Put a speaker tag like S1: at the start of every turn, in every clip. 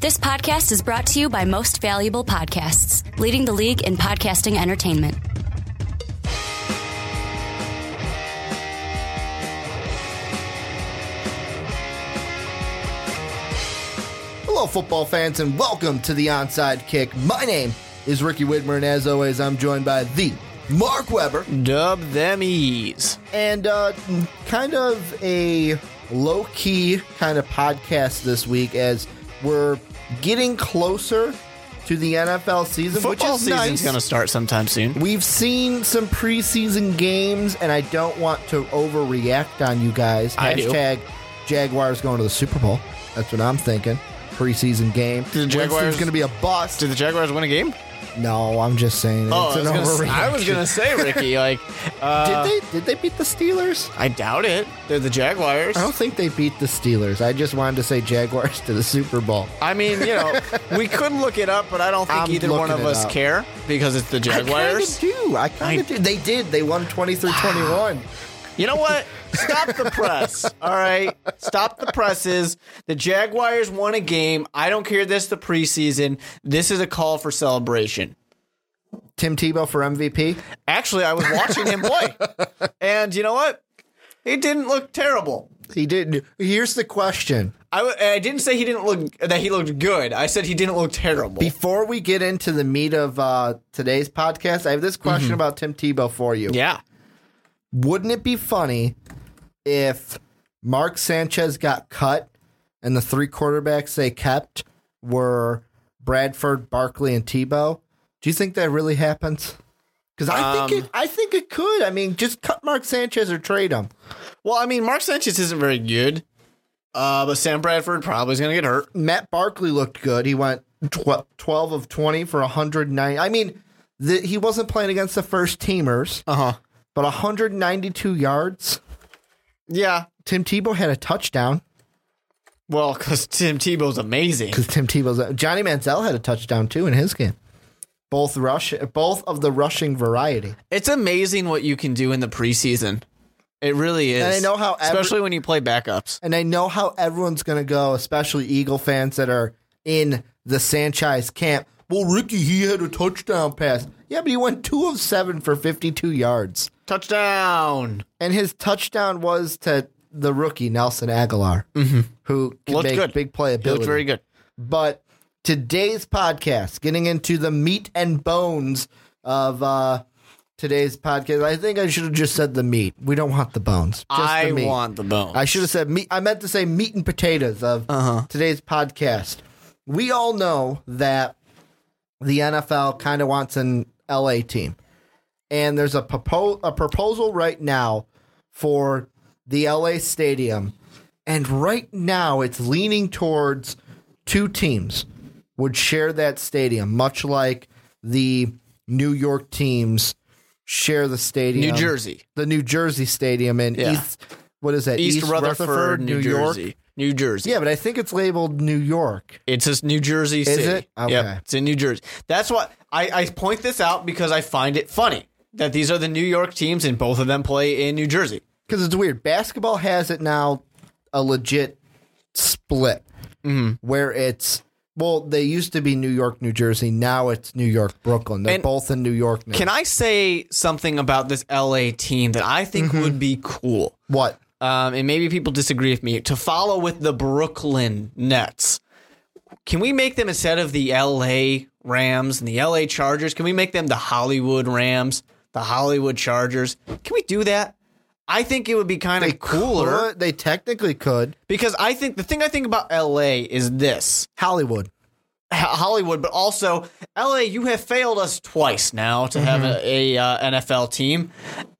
S1: This podcast is brought to you by Most Valuable Podcasts, leading the league in podcasting entertainment.
S2: Hello, football fans, and welcome to the Onside Kick. My name is Ricky Whitmer, and as always, I'm joined by the Mark Weber,
S3: Dub them ease.
S2: and uh, kind of a low key kind of podcast this week as we're getting closer to the NFL season, which
S3: Football
S2: is
S3: season's
S2: nice.
S3: gonna start sometime soon.
S2: We've seen some preseason games, and I don't want to overreact on you guys.
S3: I do.
S2: Hashtag Jaguars going to the Super Bowl. That's what I'm thinking. Preseason game.
S3: the Jaguars-
S2: going to be a bust.
S3: Did the Jaguars win a game?
S2: No, I'm just saying.
S3: Oh,
S2: it's
S3: I was,
S2: an
S3: gonna, s-
S2: overreaction.
S3: I was gonna say, Ricky. Like, uh,
S2: did they did they beat the Steelers?
S3: I doubt it. They're the Jaguars.
S2: I don't think they beat the Steelers. I just wanted to say Jaguars to the Super Bowl.
S3: I mean, you know, we could look it up, but I don't think
S2: I'm
S3: either one
S2: looking
S3: of
S2: it
S3: us
S2: up.
S3: care because it's the Jaguars.
S2: I kinda do. I kind
S3: I-
S2: of do. They did. They won 23 21.
S3: You know what? Stop the press. All right. Stop the presses. The Jaguars won a game. I don't care this the preseason. This is a call for celebration.
S2: Tim Tebow for MVP.
S3: Actually, I was watching him play. And you know what? He didn't look terrible.
S2: He did. Here's the question.
S3: I, w- I didn't say he didn't look that he looked good. I said he didn't look terrible.
S2: Before we get into the meat of uh, today's podcast, I have this question about Tim Tebow for you.
S3: yeah.
S2: Wouldn't it be funny if Mark Sanchez got cut and the three quarterbacks they kept were Bradford, Barkley, and Tebow? Do you think that really happens? Because I think it, I think it could. I mean, just cut Mark Sanchez or trade him.
S3: Well, I mean, Mark Sanchez isn't very good. Uh, but Sam Bradford probably is going to get hurt.
S2: Matt Barkley looked good. He went tw- twelve of twenty for hundred nine. I mean, the, he wasn't playing against the first teamers,
S3: Uh huh.
S2: but hundred ninety two yards.
S3: Yeah.
S2: Tim Tebow had a touchdown
S3: Well, because Tim Tebow's amazing.
S2: because Tim Tebow's Johnny Manziel had a touchdown too in his game. Both rush, both of the rushing variety.
S3: It's amazing what you can do in the preseason. It really is.
S2: And I know how every-
S3: especially when you play backups.
S2: And I know how everyone's going to go, especially Eagle fans that are in the Sanchez camp. Well, Ricky, he had a touchdown pass. Yeah, but he went two of seven for 52 yards.
S3: Touchdown.
S2: And his touchdown was to the rookie, Nelson Aguilar, who can
S3: Mm-hmm. Looked
S2: make
S3: good.
S2: big play
S3: He looked
S2: ability.
S3: very good.
S2: But today's podcast, getting into the meat and bones of uh, today's podcast, I think I should have just said the meat. We don't want the bones. Just
S3: I
S2: the meat.
S3: want the bone.
S2: I should have said meat. I meant to say meat and potatoes of
S3: Uh-huh.
S2: today's podcast. We all know that the NFL kind of wants an LA team, and there's a propo- a proposal right now for the LA stadium, and right now it's leaning towards two teams would share that stadium, much like the New York teams share the
S3: New
S2: stadium
S3: Jersey,
S2: the New Jersey Stadium in
S3: Yeah.
S2: East. What is that?
S3: East, Rutherford, New, Jersey,
S2: York.
S3: New Jersey.
S2: Yeah, but I think it's labeled New York.
S3: It's just New Jersey City.
S2: it? Okay.
S3: Yep, it's in New Jersey. That's what I, I point this out because I find it funny that these are the New York teams and both of them play in New Jersey.
S2: Because it's weird. Basketball has it now a legit split
S3: Mm-hmm.
S2: where it's well, they used to be New York, New Jersey. Now it's New York, Brooklyn. They're
S3: And-
S2: both in New York now.
S3: Can I say something about this LA team that I think
S2: Mm-hmm.
S3: would be cool?
S2: what?
S3: um, and maybe people disagree with me, to follow with the Brooklyn Nets. Can we make them instead of the LA Rams and the LA Chargers? Can we make them the Hollywood Rams, the Hollywood Chargers? Can we do that? I think it would be kind
S2: They
S3: of cooler
S2: could- they technically could.
S3: because I think the thing I think about LA is this
S2: Hollywood.
S3: H- Hollywood, but also LA, you have failed us twice now to have a, a uh, NFL team.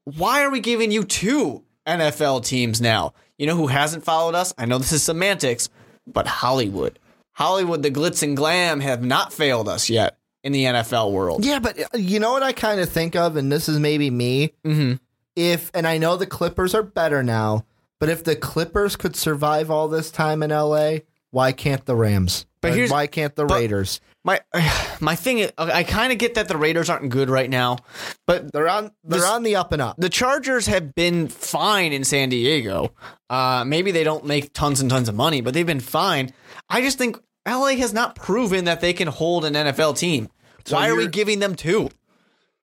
S3: Why are we giving you two NFL teams now? You know who hasn't followed us? I know this is semantics, but Hollywood. Hollywood, the glitz and glam have not failed us yet in the NFL world.
S2: Yeah, but uh, you know what I kind of think of, and this is maybe me.
S3: Mhm.
S2: If and I know the Clippers are better now, but if the Clippers could survive all this time in LA, why can't the Rams?
S3: But
S2: Or
S3: here's-
S2: why can't the
S3: but-
S2: Raiders?
S3: My my thing is, I kind of get that the Raiders aren't good right now, but
S2: They're on they're
S3: This-
S2: on the up and up.
S3: Uh, the Chargers have been fine in San Diego. Uh, maybe they don't make tons and tons of money, but they've been fine. I just think LA has not proven that they can hold an NFL team.
S2: So
S3: Why are we
S2: you're-
S3: giving them two?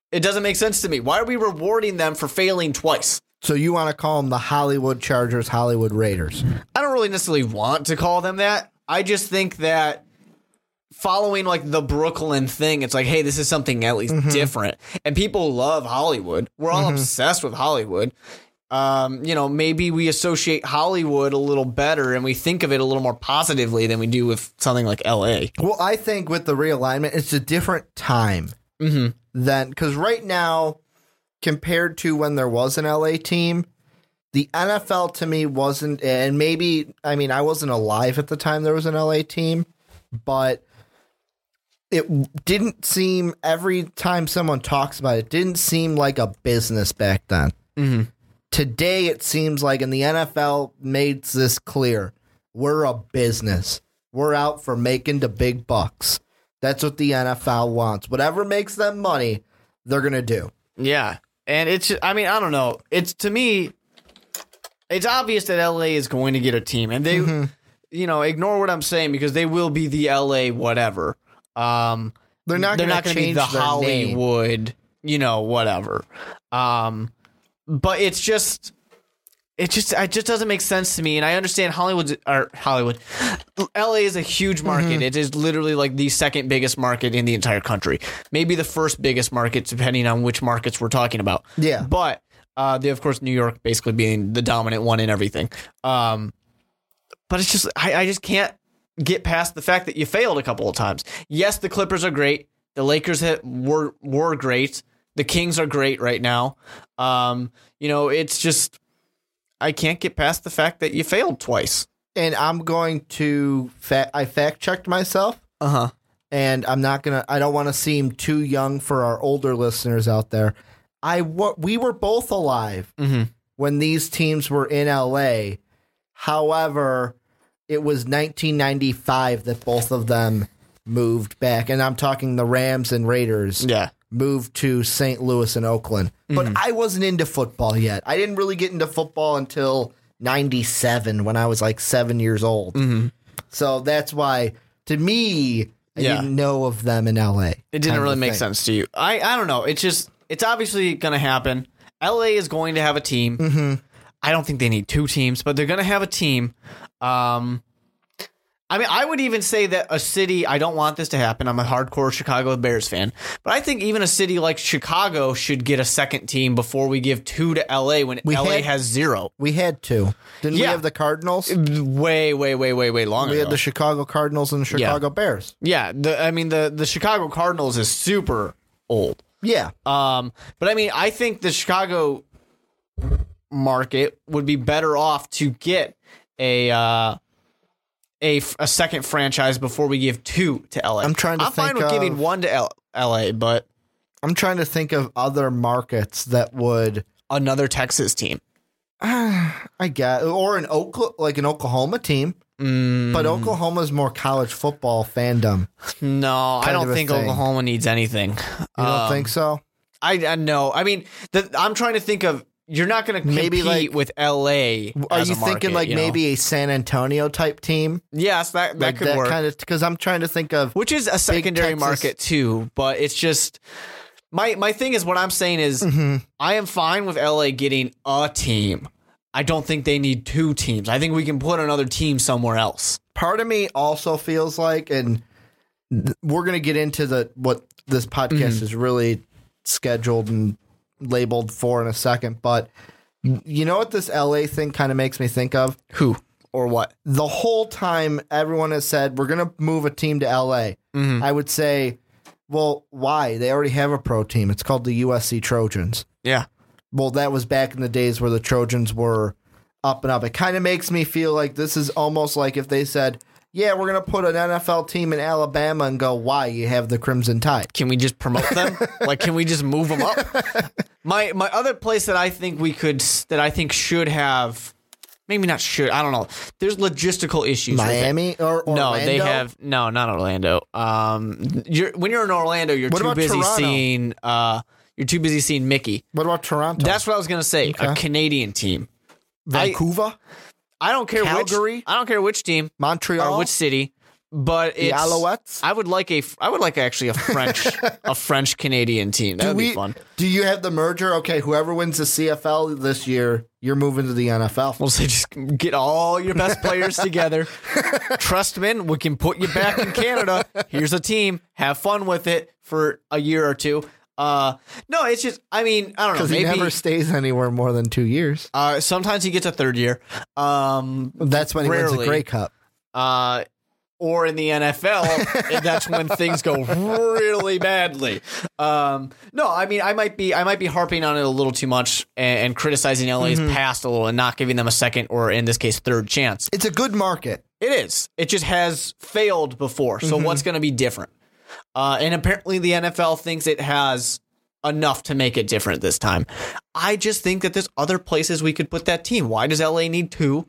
S3: It doesn't make sense to me. Why are we rewarding them for failing twice?
S2: So you want to call them the Hollywood Chargers, Hollywood Raiders?
S3: I don't really necessarily want to call them that. I just think that following like the Brooklyn thing, it's like, hey, this is something at least different. And people love Hollywood. We're all obsessed with Hollywood. Um, you know, maybe we associate Hollywood a little better and we think of it a little more positively than we do with something like LA.
S2: Well, I think with the realignment, it's a different time than because right now, compared to when there was an LA team, the NFL to me wasn't, and maybe I mean I wasn't alive at the time there was an LA team, but it didn't seem every time someone talks about it, it didn't seem like a business back then. Today, it seems like, and the NFL made this clear we're a business. We're out for making the big bucks. That's what the NFL wants. Whatever makes them money, they're going to do.
S3: Yeah. And it's I mean, I don't know. It's to me it's obvious that LA is going to get a team and they you know, ignore what I'm saying because they will be the LA whatever. Um
S2: They're not
S3: they're
S2: going
S3: not
S2: to
S3: going to be
S2: change
S3: the
S2: their name.
S3: Hollywood, you know, whatever. Um, but it's just, it just, it just doesn't make sense to me. And I understand Hollywood or Hollywood, LA is a huge
S2: Mm-hmm.
S3: market. It is literally like the second biggest market in the entire country. Maybe the first biggest market, depending on which markets we're talking about.
S2: Yeah.
S3: But uh, they, of course, New York basically being the dominant one in everything. Um, but it's just I, I just can't get past the fact that you failed a couple of times. Yes, the Clippers are great. The Lakers ha- were were great. The Kings are great right now. Um, you know, it's just I can't get past the fact that you failed twice.
S2: And I'm going to, fa- I fact checked myself.
S3: Uh huh.
S2: and I'm not gonna. I don't want to seem too young for our older listeners out there. I wa- we were both alive when these teams were in LA. However, it was 1995 that both of them moved back, and I'm talking the Rams and Raiders
S3: Yeah.
S2: moved to St. Louis and Oakland.
S3: Mm-hmm.
S2: But I wasn't into football yet. I didn't really get into football until 97 when I was like seven years old.
S3: Mm-hmm.
S2: So that's why, to me, I
S3: Yeah.
S2: didn't know of them in LA.
S3: It
S2: kind
S3: didn't
S2: of
S3: really
S2: a
S3: make
S2: thing.
S3: sense to you. I, I don't know. It's just it's obviously going to happen. LA is going to have a team.
S2: Mm-hmm.
S3: I don't think they need two teams, but they're going to have a team. Um, I mean, I would even say that a city. I don't want this to happen. I'm a hardcore Chicago Bears fan, but I think even a city like Chicago should get a second team before we give two to LA when
S2: We
S3: LA
S2: had-
S3: has zero.
S2: We had to. Didn't we
S3: Yeah. Mm-hmm.
S2: have the Cardinals?
S3: Way, way, way, way, way longer.
S2: We had the Chicago Cardinals and the Chicago Bears.
S3: yeah, the, I mean the the Chicago Cardinals is super old.
S2: Yeah.
S3: Um, but I mean, I think the Chicago market would be better off to get a uh, a, f- a second franchise before we give two to LA.
S2: I'm trying to
S3: I'm fine
S2: think
S3: with
S2: of-
S3: giving one to L- LA, but
S2: I'm trying to think of other markets that would,
S3: another Texas team.
S2: I guess, or an Oklahoma, like an Oklahoma team.
S3: Mm.
S2: But Oklahoma's more college football fandom.
S3: No, I
S2: Kind of
S3: don't
S2: a
S3: think
S2: thing.
S3: Oklahoma needs anything.
S2: You don't
S3: Um,
S2: think so?
S3: I, I know. I mean, the, I'm trying to think of. You're not going to compete
S2: Maybe, like-
S3: with LA.
S2: Are
S3: as a
S2: you
S3: market,
S2: thinking like
S3: you know?
S2: maybe a San Antonio type team?
S3: Yes, that that
S2: Like
S3: could work.
S2: kind of because I'm trying to think of
S3: which is a secondary
S2: Texas-
S3: market too. But it's just my my thing is what I'm saying is
S2: Mm-hmm.
S3: I am fine with LA getting a team. I don't think they need two teams. I think we can put another team somewhere else.
S2: part of me also feels like, and th- we're gonna get into the what this podcast
S3: Mm-hmm.
S2: is really scheduled and labeled for in a second, but you know what this LA thing kind of makes me think of?
S3: Who or what?
S2: the whole time everyone has said we're going to move a team to LA,
S3: Mm-hmm.
S2: I would say, well, why? They already have a pro team. It's called the USC Trojans.
S3: Yeah,
S2: Well, that was back in the days where the Trojans were up and up. It kind of makes me feel like this is almost like if they said, yeah, we're going to put an NFL team in Alabama and go, why? You have the Crimson Tide.
S3: can we just promote them? like, can we just move them up? My my other place that I think we could s- that I think should have maybe not should I don't know. There's logistical issues. with it.
S2: Miami or Orlando?
S3: No, they have no, not Orlando. Um, you're when you're in Orlando, you're
S2: What
S3: too
S2: about
S3: busy
S2: Toronto?
S3: seeing. Uh, you're too busy seeing Mickey.
S2: What about Toronto?
S3: That's what I was gonna say. A Canadian team.
S2: Vancouver,
S3: I don't care
S2: Calgary?
S3: which. I don't care which team
S2: Montreal.
S3: or which city. But
S2: The
S3: it's-
S2: Alouettes?
S3: I would like a. f- I would like actually a French, a French Canadian team. That
S2: Do
S3: would
S2: we?
S3: be fun.
S2: Do you have the merger? Okay, whoever wins the CFL this year, you're moving to the NFL.
S3: We'll say just get all your best players together. Trustman, we can put you back in Canada. Here's a team. Have fun with it for a year or two. Uh, no, it's just. I mean, I don't know.
S2: Because he
S3: Maybe
S2: never stays anywhere more than two years.
S3: uh, sometimes he gets a third year. Um,
S2: That's when he wins the
S3: Rarely.
S2: Grey Cup.
S3: uh, or in the NFL, and that's when things go really badly. Um, no, I mean, I might be, I might be harping on it a little too much and, and criticizing LA's past a little and not giving them a second or, in this case, third chance.
S2: It's a good market.
S3: It is. It just has failed before. So what's going to be different? Uh, and apparently, the NFL thinks it has enough to make it different this time. I just think that there's other places we could put that team. Why does LA need two?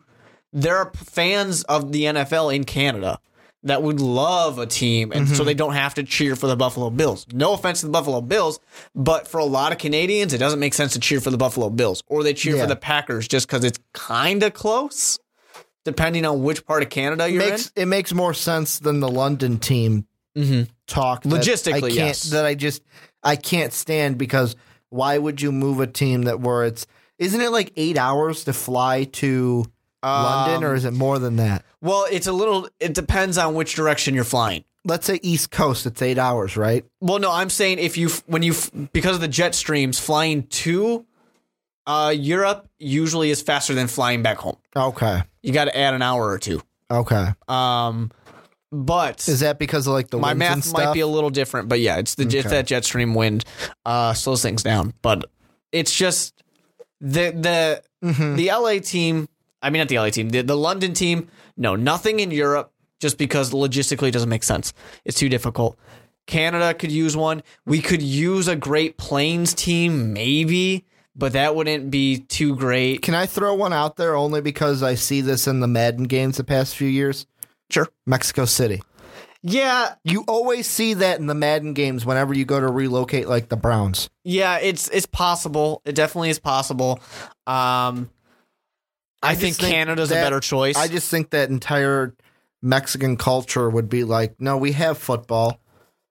S3: There are p- fans of the NFL in Canada that would love a team, and so they don't have to cheer for the Buffalo Bills. No offense to the Buffalo Bills, but for a lot of Canadians, it doesn't make sense to cheer for the Buffalo Bills, or they cheer
S2: Yeah.
S3: for the Packers just because it's kind of close. Depending on which part of Canada you're in, Mm-hmm.
S2: makes it makes more sense than the London team talk that I
S3: Logistically,
S2: can't,
S3: yes.
S2: That I just I can't stand because why would you move a team that where it's isn't it like eight hours to fly to London
S3: Um,
S2: or is it more than that?
S3: Well, it's a little. It depends on which direction you're flying.
S2: Let's say East Coast, it's eight hours, right?
S3: Well, no, I'm saying if you when you because of the jet streams flying to uh, Europe usually is faster than flying back home.
S2: Okay,
S3: You got to add an hour or two.
S2: okay.
S3: Um, but
S2: Is that because of like the
S3: my
S2: winds and
S3: math
S2: stuff?
S3: might be a little different, but yeah, it's the it's
S2: Okay.
S3: that jet stream wind uh, slows things down. But it's just the the
S2: Mm-hmm.
S3: the LA team. I mean, not the LA team, the, the London team. No, nothing in Europe, just because logistically it doesn't make sense. It's too difficult. Canada could use one. We could use a Great Plains team, maybe, but that wouldn't be too great.
S2: Can I throw one out there only because I see this in the Madden games the past few years?
S3: Sure.
S2: Mexico City.
S3: Yeah,
S2: You always see that in the Madden games whenever you go to relocate like the Browns.
S3: Yeah, it's it's possible. It definitely is possible. Um, I, think,
S2: just think
S3: Canada's
S2: that-
S3: a better choice.
S2: I just think that entire Mexican culture would be like, no, we have football.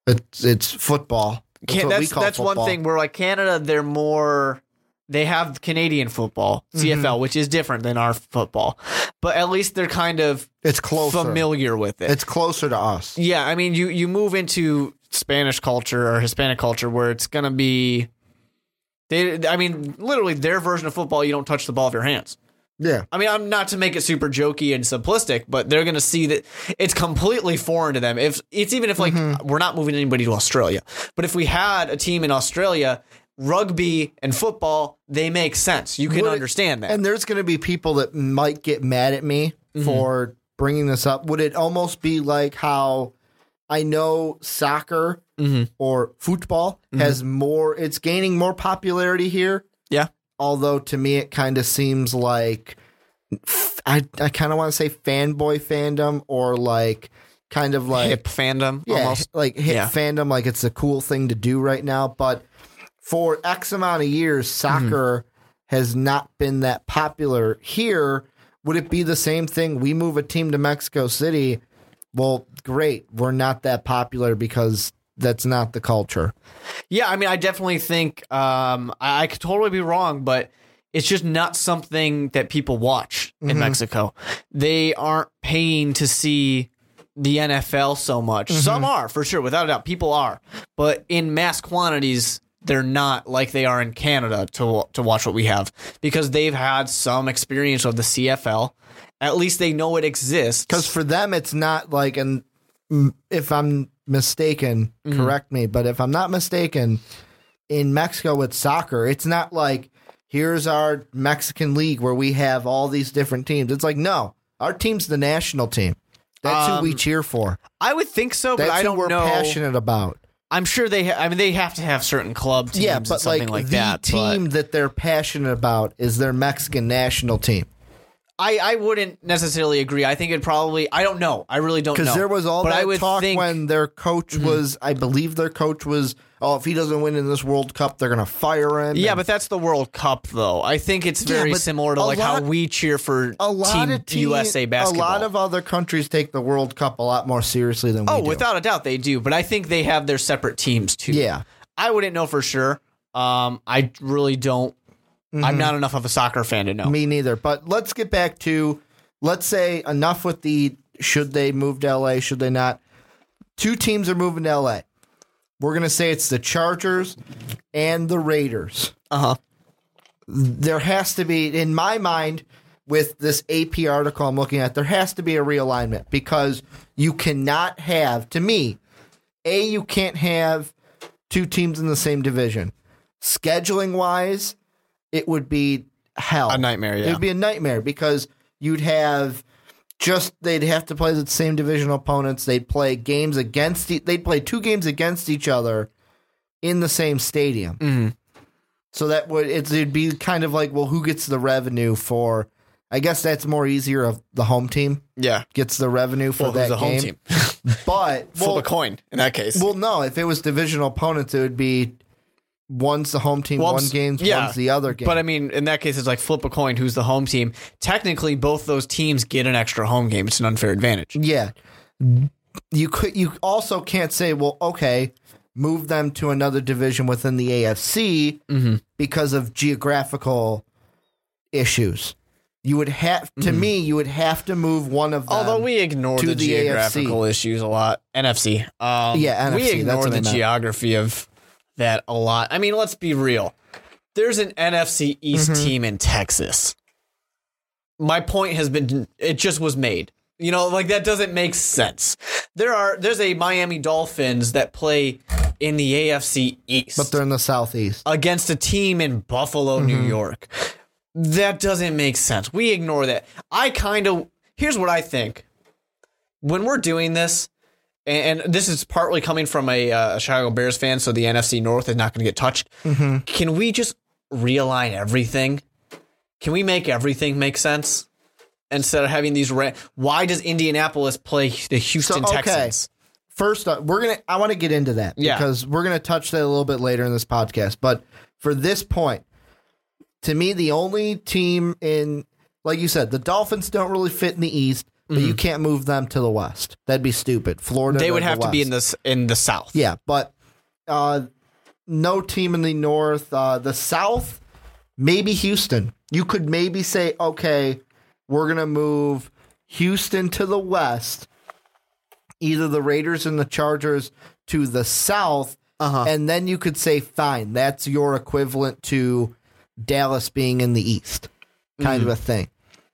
S2: It's it's football. That's
S3: Can-
S2: what
S3: that's
S2: we call
S3: that's
S2: football.
S3: one thing where like Canada, they're more. They have Canadian football, CFL, which is different than our football, but at least they're kind of
S2: It's closer.
S3: familiar with it.
S2: It's closer to us.
S3: yeah, I mean, you you move into Spanish culture or Hispanic culture where it's gonna be. They, I mean, literally, their version of football, you don't touch the ball with your hands.
S2: Yeah.
S3: I mean, I'm not to make it super jokey and simplistic, but they're going to see that it's completely foreign to them. If it's even if like
S2: Mm-hmm.
S3: we're not moving anybody to Australia, but if we had a team in Australia, rugby and football, they make sense. You can
S2: Would it-
S3: understand that.
S2: And there's going to be people that might get mad at me
S3: Mm-hmm.
S2: for bringing this up. Would it almost be like how I know soccer
S3: Mm-hmm.
S2: or football has more, it's gaining more popularity here.
S3: yeah.
S2: although to me it kind of seems like I I kind of want to say fanboy fandom or like kind of like
S3: Hip fandom
S2: yeah,
S3: almost.
S2: like hip
S3: Yeah.
S2: fandom like it's a cool thing to do right now, but for X amount of years
S3: Mm-hmm.
S2: soccer has not been that popular here. Would it be the same thing? We move a team to Mexico City. Well, great. We're not that popular because that's not the culture.
S3: Yeah. I mean, I definitely think um, I, I could totally be wrong, but it's just not something that people watch
S2: Mm-hmm.
S3: in Mexico. They aren't paying to see the NFL so much.
S2: Mm-hmm.
S3: Some are for sure, without a doubt. People are, but in mass quantities, they're not like they are in Canada to to watch what we have because they've had some experience of the CFL. At least they know it exists.
S2: because for them it's not like and if i'm mistaken
S3: Mm.
S2: correct me but if i'm not mistaken in mexico with soccer it's not like here's our mexican league where we have all these different teams it's like no our team's the national team that's who we cheer for
S3: I would think so, but
S2: that's
S3: Um, I don't
S2: who we're
S3: know.
S2: passionate about
S3: I'm sure they. Ha- I mean, they have to have certain club teams
S2: yeah
S3: and
S2: but like,
S3: something like,
S2: the
S3: that. but-
S2: team that they're passionate about is their mexican national team
S3: I, I wouldn't necessarily agree. I think it probably I don't know. I really don't know.
S2: Because there was all
S3: but
S2: that
S3: I would
S2: talk
S3: think, Mm-hmm.
S2: when their coach was, I believe their coach was, oh, if he doesn't win in this World Cup, they're going to fire him.
S3: Yeah,
S2: And
S3: but that's the World Cup though. I think it's
S2: Yeah,
S3: very
S2: but
S3: similar to
S2: a
S3: like
S2: lot-
S3: how we cheer for
S2: a lot
S3: team
S2: of team,
S3: USA basketball.
S2: A lot of other countries take the World Cup a lot more seriously than we
S3: Oh,
S2: do.
S3: without a doubt they do, but I think they have their separate teams too.
S2: yeah.
S3: I wouldn't know for sure. Um, I really don't. I'm not enough of a soccer fan to know.
S2: Mm-hmm. Me neither. But let's get back to let's say enough with the should they move to LA, should they not? Two teams are moving to LA. We're going to say it's the Chargers and the Raiders.
S3: Uh huh.
S2: There has to be, in my mind, with this AP article I'm looking at, there has to be a realignment because you cannot have, to me, A, you can't have two teams in the same division. Scheduling wise, it would be hell.
S3: A nightmare, yeah.
S2: It would be a nightmare because you'd have just they'd have to play the same divisional opponents. They'd play games against e- they'd play two games against each other in the same stadium.
S3: Mm-hmm.
S2: So that would it's, it'd be kind of like well, who gets the revenue for? I guess that's more easier of the home team
S3: Yeah.
S2: gets the revenue for
S3: Well,
S2: that
S3: who's the home
S2: game.
S3: team?
S2: But well,
S3: Flip a coin in that case.
S2: well, no, if it was divisional opponents, it would be one's the home team,
S3: Well, I'm
S2: one
S3: s-
S2: game's
S3: yeah,
S2: one's the other game.
S3: But I mean, in that case, it's like flip a coin. Who's the home team? Technically, both those teams get an extra home game. It's an unfair advantage.
S2: Yeah. You could you also can't say, well, okay, move them to another division within the AFC
S3: Mm-hmm.
S2: because of geographical issues. You would have to me, you would have to move one of them.
S3: Mm-hmm. Although we ignore
S2: Um, to
S3: the,
S2: the
S3: geographical issues a lot, NFC. Um,
S2: Yeah,
S3: we
S2: NFC, that's
S3: ignore
S2: what I
S3: the
S2: meant.
S3: geography of that a lot. I mean, let's be real. There's an NFC East
S2: Mm-hmm.
S3: team in Texas. My point has been it just was made. You know, like that doesn't make sense. There are there's a Miami Dolphins that play in the AFC East
S2: but they're in the southeast.
S3: against a team in Buffalo, New York. That doesn't make sense. We ignore that. I kind of here's what I think. When we're doing this, and, and this is partly coming from a, uh, a Chicago Bears fan, so the NFC North is not going to get touched. Can we just realign everything? Can we make everything make sense instead of having these? Ra- Why does Indianapolis play the Houston
S2: okay.
S3: Texans?
S2: First up, we're gonna I wanna get into that
S3: Yeah.
S2: because we're gonna touch that a little bit later in this podcast. But for this point, to me, the only team in, like you said, the Dolphins don't really fit in the East, but you can't move them to the West. That'd be stupid. Florida,
S3: Mm-hmm. They
S2: or
S3: would
S2: the
S3: have to be
S2: West.
S3: in this in the South.
S2: Yeah, but uh, no team in the North, uh, the South, maybe Houston. You could maybe say, okay, we're gonna move Houston to the West, either the Raiders and the Chargers to the South, and then you could say, fine, that's your equivalent to Dallas being in the East, kind of a thing.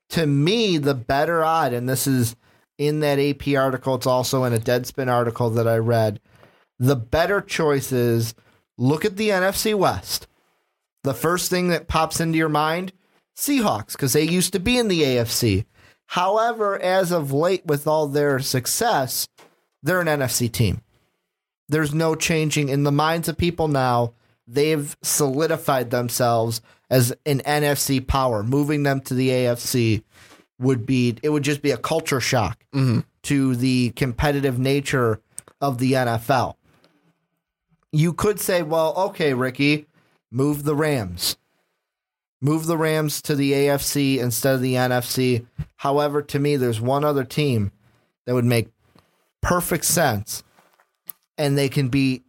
S2: To me, the better odd, and this is in that AP article, it's also in a Deadspin article that I read the better choice is look at the NFC West. The first thing that pops into your mind, Seahawks, because they used to be in the AFC. However, as of late, with all their success, they're an NFC team. There's no changing in the minds of people now. They've solidified themselves as an NFC power. Moving them to the AFC would be, it would just be a culture shock to the competitive nature of the NFL. You could say, well, okay, Ricky, move the Rams. Move the Rams to the AFC instead of the NFC. However, to me, there's one other team that would make perfect sense. And they can be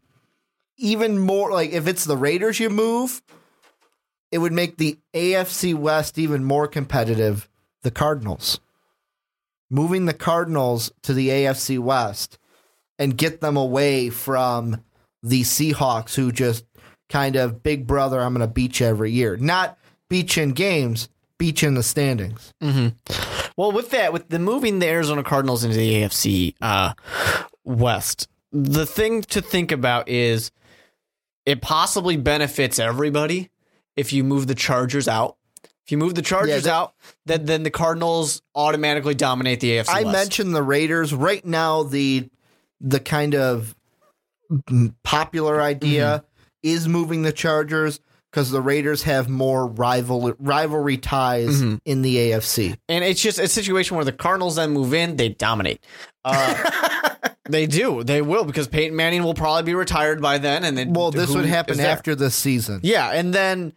S2: even more like if it's the Raiders you move, it would make the AFC West even more competitive. The Cardinals. Moving the Cardinals to the AFC West and get them away from the Seahawks, who just kind of big brother, I'm going to beat you every year. Not beat you in games, beat you in the standings.
S3: Well, with that, with the moving the Arizona Cardinals into the AFC uh, West, the thing to think about is it possibly benefits everybody if you move the Chargers out. If you move the Chargers
S2: that-
S3: out, then then the Cardinals automatically dominate the AFC.
S2: I
S3: West.
S2: mentioned the Raiders. Right now, the the
S3: Mm-hmm.
S2: kind of popular idea is moving the Chargers because the Raiders have more rival rivalry ties
S3: Mm-hmm.
S2: in the AFC.
S3: And it's just a situation where the Cardinals then move in, they dominate. Uh, they do. They will because Peyton Manning will probably be retired by then. And then
S2: Well, this
S3: who
S2: would
S3: is
S2: happen
S3: there?
S2: after this season.
S3: Yeah, and then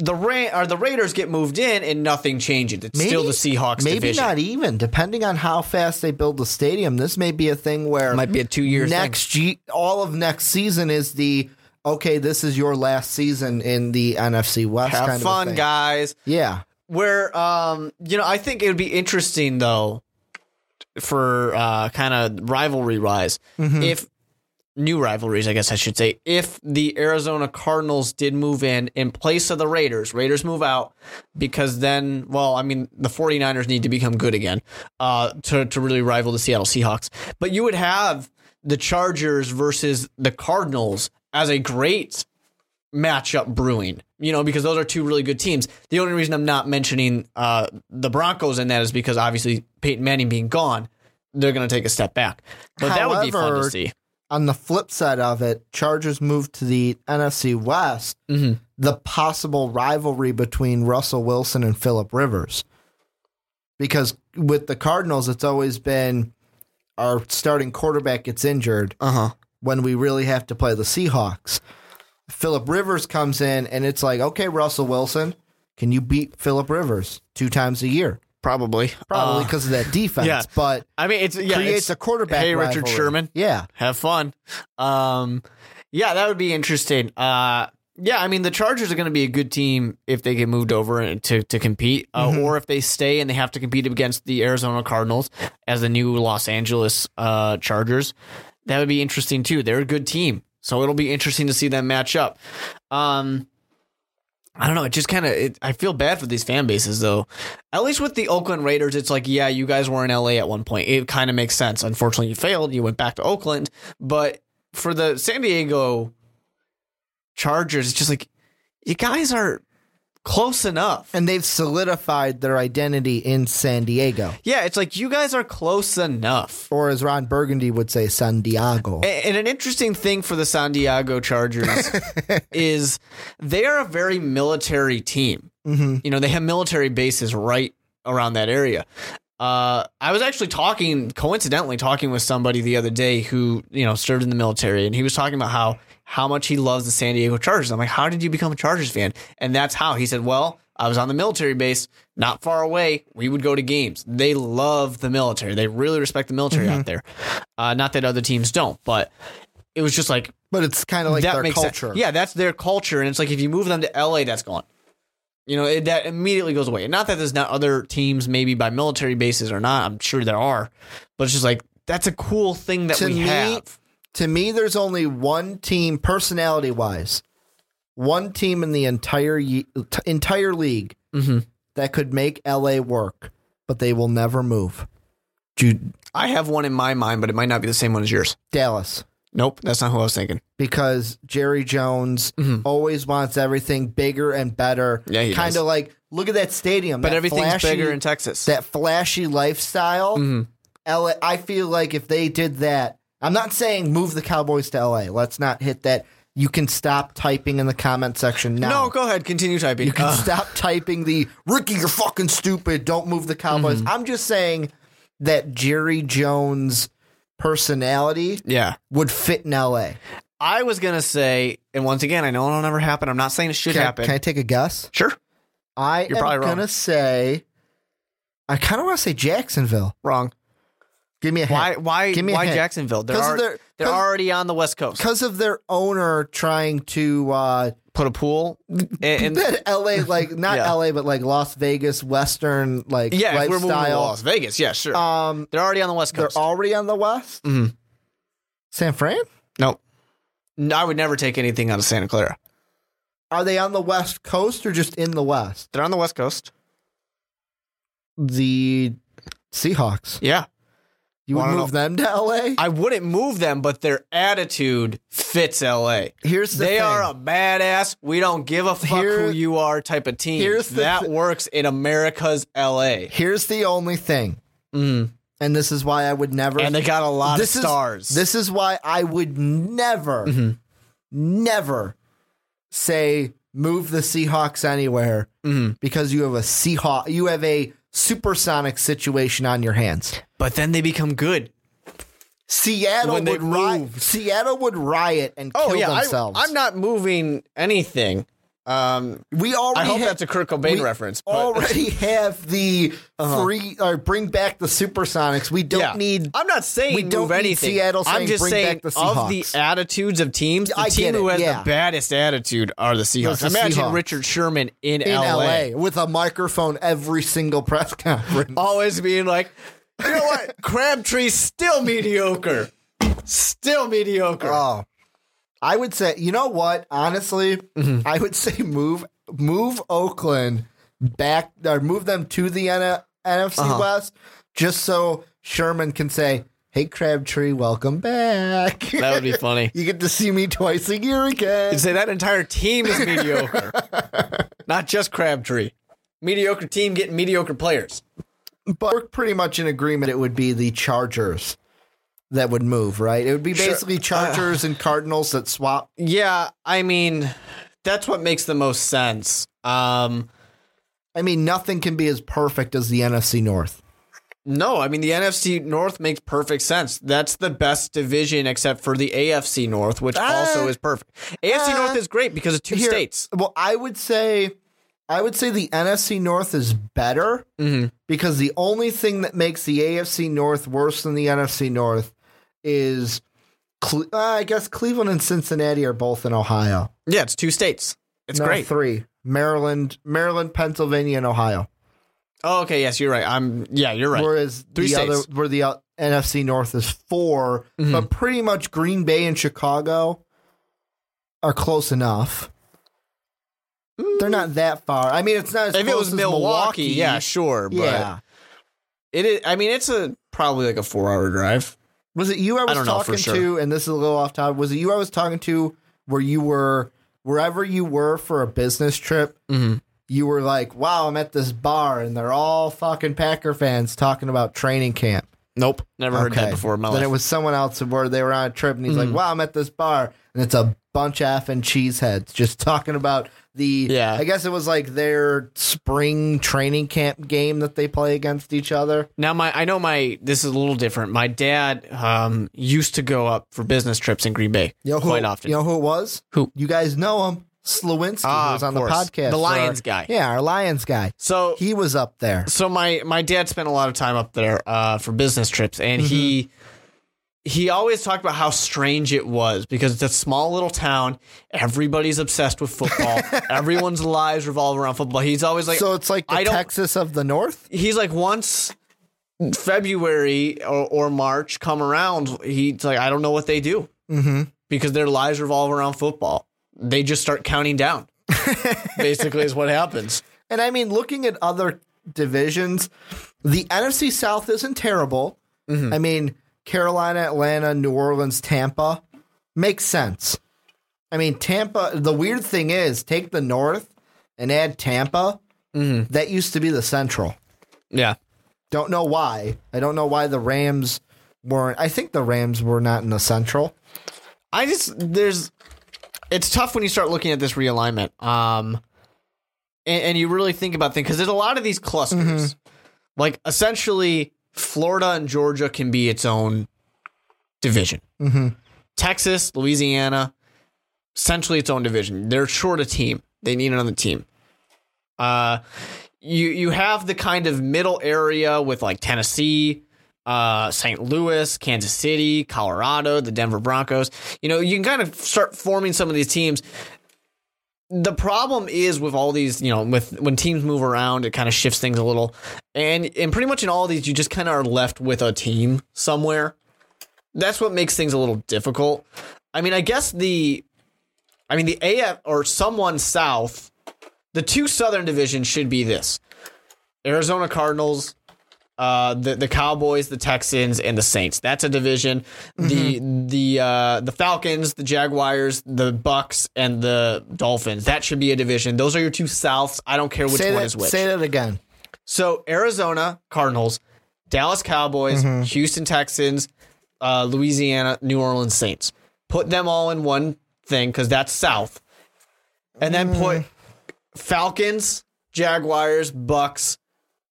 S3: the Ra- or the Raiders get moved in, and nothing changes. It's still the Seahawks
S2: Maybe
S3: division.
S2: not even. Depending on how fast they build the stadium, this may be a thing where
S3: Might be a two-year thing.
S2: next G- all of next season is the okay. This is your last season in the NFC West. kind
S3: Have
S2: of a
S3: fun,
S2: thing.
S3: guys.
S2: Yeah,
S3: Where um, you know, I think it would be interesting though for uh, kind of rivalry rise
S2: Mm-hmm.
S3: if new rivalries, I guess I should say, if the Arizona Cardinals did move in in place of the Raiders, Raiders move out because then, well, I mean, the 49ers need to become good again uh, to, to really rival the Seattle Seahawks. But you would have the Chargers versus the Cardinals as a great matchup brewing, you know, because those are two really good teams. The only reason I'm not mentioning uh, the Broncos in that is because obviously Peyton Manning being gone. They're going to take a step back, but that would be fun to
S2: However,
S3: see.
S2: on the flip side of it, Chargers moved to the NFC West.
S3: Mm-hmm.
S2: The possible rivalry between Russell Wilson and Philip Rivers, because with the Cardinals, it's always been our starting quarterback gets injured
S3: Uh huh.
S2: when we really have to play the Seahawks. Philip Rivers comes in, and it's like, okay, Russell Wilson, can you beat Philip Rivers two times a year?
S3: Probably.
S2: Probably
S3: Uh,
S2: because of that defense,
S3: yeah.
S2: but
S3: I mean, it's yeah,
S2: creates
S3: it's-
S2: a quarterback.
S3: Hey, Richard
S2: rivalry.
S3: Sherman,
S2: Yeah.
S3: have fun. Um, yeah, that would be interesting. Uh, yeah, I mean, the Chargers are going to be a good team if they get moved over and- to to compete, uh,
S2: Mm-hmm.
S3: or if they stay and they have to compete against the Arizona Cardinals as the new Los Angeles uh, Chargers. That would be interesting too. They're a good team, so it'll be interesting to see them match up. Um, I don't know. It just kind of. I feel bad for these fan bases, though. At least with the Oakland Raiders, it's like, yeah, you guys were in LA at one point. It kind of makes sense. Unfortunately, you failed. You went back to Oakland. But for the San Diego Chargers, it's just like, you guys are close enough.
S2: And they've solidified their identity in San Diego,
S3: Yeah, it's like you guys are close enough.
S2: or as Ron Burgundy would say, San Diego.
S3: A- And an interesting thing for the San Diego Chargers is they are a very military team. You know, they have military bases right around that area. Uh, I was actually talking, coincidentally, talking with somebody the other day who you know served in the military, and he was talking about how how much he loves the San Diego Chargers. I'm like, how did you become a Chargers fan? And that's how he said, well. I was on the military base, not far away. We would go to games. They love the military. They really respect the military
S2: Mm-hmm.
S3: out there. Uh, not that other teams don't, but it was just like
S2: But it's kind of like
S3: that
S2: their
S3: makes sense.
S2: culture.
S3: Yeah, that's their culture, and it's like if you move them to LA, that's gone. You know, it, that immediately goes away. And not that there's not other teams, maybe by military bases or not. I'm sure there are, but it's just like that's a cool thing that
S2: To
S3: we
S2: me-
S3: have.
S2: To me, there's only one team, personality wise, one team in the entire ye- t- entire league
S3: Mm-hmm.
S2: that could make LA work, but they will never move.
S3: Dude, I have one in my mind, but it might not be the same one as yours.
S2: Dallas,
S3: Nope, that's not who I was thinking.
S2: because Jerry Jones always wants everything bigger and better.
S3: Mm-hmm. Yeah, he
S2: kind
S3: does.
S2: of like look at that stadium,
S3: But
S2: that
S3: everything's
S2: flashy-
S3: bigger in Texas.
S2: that flashy lifestyle.
S3: Mm-hmm.
S2: LA, I feel like if they did that, I'm not saying move the Cowboys to LA. Let's not hit that. You can stop typing in the comment section now.
S3: no, go ahead, continue typing.
S2: You can
S3: Uh,
S2: stop typing the Ricky, you're fucking stupid. Don't move the Cowboys.
S3: Mm-hmm.
S2: I'm just saying that Jerry Jones personality
S3: yeah,
S2: would fit in LA.
S3: I was gonna say, and once again, I know it'll never happen. I'm not saying it should
S2: Can I,
S3: happen.
S2: can I take a guess?
S3: sure,
S2: I
S3: You're probably
S2: am
S3: wrong.
S2: gonna say I kinda wanna say Jacksonville.
S3: wrong.
S2: Give me a
S3: Why?
S2: hint.
S3: Why?
S2: Give me a
S3: why
S2: hint.
S3: Jacksonville? They're
S2: 'Cause
S3: al-
S2: of their-
S3: they're
S2: 'cause-
S3: already on the West Coast.
S2: Because of their owner trying to uh,
S3: put a pool and, and-
S2: that LA, like not
S3: Yeah.
S2: LA, but like Las Vegas Western, like
S3: yeah, if we're moving to
S2: lifestyle.
S3: Las Vegas. Yeah, sure.
S2: um,
S3: they're already on the West
S2: they're
S3: Coast.
S2: already on the West.
S3: Mhm.
S2: San Fran?
S3: nope. No, I would never take anything out of Santa Clara.
S2: Are they on the West Coast or just in the West?
S3: They're on the West Coast.
S2: The Seahawks.
S3: Yeah,
S2: You would
S3: Wanna
S2: move them to LA.
S3: I wouldn't move them, but their attitude fits LA.
S2: Here's the
S3: they
S2: thing.
S3: are a badass. We don't give a fuck who
S2: Here-
S3: you are type of team.
S2: here's the
S3: that
S2: thi-
S3: works in America's LA,
S2: Here's the only thing,
S3: Mhm.
S2: and this is why I would never.
S3: and they got a lot
S2: this
S3: of
S2: is-
S3: stars. Mm-hmm.
S2: this is why I would never, never say move the Seahawks anywhere
S3: Mm-hmm.
S2: because you have a Seahawk, you have a supersonic situation on your hands.
S3: But then they become good.
S2: Seattle
S3: When they
S2: would riot.
S3: moved.
S2: Seattle would riot and
S3: Oh
S2: kill
S3: yeah,
S2: themselves.
S3: I, am not moving anything. Um,
S2: We already
S3: I hope
S2: ha-
S3: that's a Kurt Cobain
S2: we
S3: reference. But
S2: Already have the free or bring back the supersonics. We don't
S3: Uh-huh. yeah.
S2: need.
S3: I'm not saying
S2: we don't
S3: move
S2: need
S3: anything.
S2: Seattle
S3: I'm
S2: saying
S3: just
S2: bring
S3: saying
S2: back the
S3: of the
S2: Seahawks.
S3: attitudes of teams, the
S2: I get
S3: team who
S2: it,
S3: has
S2: yeah.
S3: the baddest attitude are the Seahawks.
S2: the
S3: Imagine
S2: Seahawks.
S3: Richard Sherman in,
S2: in
S3: LA.
S2: LA. with a microphone every single press conference.
S3: always being like, you know what, Crabtree's still mediocre, still mediocre.
S2: Oh, I would say you know what? Honestly, I would say move move Oakland back or move them to the N- NFC West just so Sherman can say, "Hey Crabtree, welcome back."
S3: that would be funny.
S2: you get to see me twice a year again.
S3: You'd say that entire team is mediocre, not just Crabtree. Mediocre team getting mediocre players.
S2: But we're pretty much in agreement. It would be the Chargers that would move, right? It would be basically Chargers and Cardinals that swap.
S3: Yeah, I mean, that's what makes the most sense. Um,
S2: I mean, nothing can be as perfect as the NFC North.
S3: no, I mean the NFC North makes perfect sense. That's the best division except for the AFC North, which also is perfect. AFC North is great because of two
S2: Here-
S3: states.
S2: Well, I would say, I would say the NFC North is better
S3: Mm-hmm.
S2: because the only thing that makes the AFC North worse than the NFC North is, Cle- uh, I guess Cleveland and Cincinnati are both in Ohio.
S3: Yeah, it's two states. It's
S2: No,
S3: great.
S2: Three: Maryland, Maryland, Pennsylvania, and Ohio.
S3: Oh, okay. Yes, you're right. I'm. Yeah, you're right.
S2: Whereas
S3: Three
S2: the
S3: states. Mm-hmm.
S2: other, where the uh, NFC North is 4 but pretty much Green Bay and Chicago are close enough. They're not that far. I mean, it's not as
S3: Mm. if it
S2: close
S3: was
S2: as
S3: Milwaukee, yeah, sure. But
S2: yeah.
S3: it is. I mean, it's a probably like a four-hour drive.
S2: Was it you I was
S3: don't know for
S2: talking
S3: sure.
S2: to? And this is a little off topic. Was it you I was talking to where you were wherever you were for a business trip?
S3: Mm-hmm.
S2: You were like, "Wow, I'm at this bar, and they're all fucking Packer fans talking about training camp."
S3: Nope, never heard that before. In my
S2: then
S3: life. Mm.
S2: it was someone else where they were on a trip, and he's like, "Wow, I'm at this bar, and it's a bunch of effing cheeseheads just talking about the.
S3: Yeah.
S2: I guess it was like their spring training camp game that they play against each other.
S3: Now my I know my this is a little different. My dad um used to go up for business trips in Green Bay
S2: You know who,
S3: quite often.
S2: You know who it was?
S3: Who?
S2: You guys know him, Slewinski,
S3: Ah,
S2: who was
S3: of
S2: on the
S3: course.
S2: podcast, Our-
S3: The Lions guy.
S2: Yeah, our Lions guy.
S3: so
S2: He was up there.
S3: so my my dad spent a lot of time up there uh, for business trips, and he he always talked about how strange it was because it's a small little town. Everybody's obsessed with football. Everyone's lives revolve around football. He's always like,
S2: so it's like the
S3: I don't-
S2: Texas of the North.
S3: he's like once February or, or March come around, he's like, I don't know what they do because their lives revolve around football. They just start counting down. Basically, is what happens.
S2: And I mean, looking at other divisions, the NFC South isn't terrible.
S3: Mm-hmm.
S2: I mean, Carolina, Atlanta, New Orleans, Tampa makes sense. I mean, Tampa, the weird thing is, take the North and add Tampa.
S3: Mm-hmm.
S2: That used to be the Central.
S3: Yeah.
S2: Don't know why. I don't know why the Rams weren't. I think the Rams were not in the Central.
S3: I just there's it's tough when you start looking at this realignment. Um and, and you really think about things because there's a lot of these clusters. Like essentially Florida and Georgia can be its own division. Texas, Louisiana, essentially its own division. They're short a team. They need another team. Uh you you have the kind of middle area with like Tennessee, uh, St. Louis, Kansas City, Colorado, the Denver Broncos. You know, you can kind of start forming some of these teams. The problem is with all these, you know, with when teams move around, it kind of shifts things a little, and and pretty much in all these, you just kind of are left with a team somewhere. That's what makes things a little difficult. I mean, I guess the, I mean the AF or someone south, the two Southern divisions should be this: Arizona Cardinals, uh, the the Cowboys, the Texans, and the Saints. That's a division.
S2: Mm-hmm.
S3: The the uh, the Falcons, the Jaguars, the Bucks, and the Dolphins. That should be a division. Those are your two Souths. I don't care which
S2: say
S3: one
S2: that.
S3: is which.
S2: Say that again.
S3: So Arizona Cardinals, Dallas Cowboys,
S2: Mm-hmm.
S3: Houston Texans, uh, Louisiana, New Orleans Saints. Put them all in one thing because that's South. and then
S2: Mm.
S3: put Falcons, Jaguars, Bucks,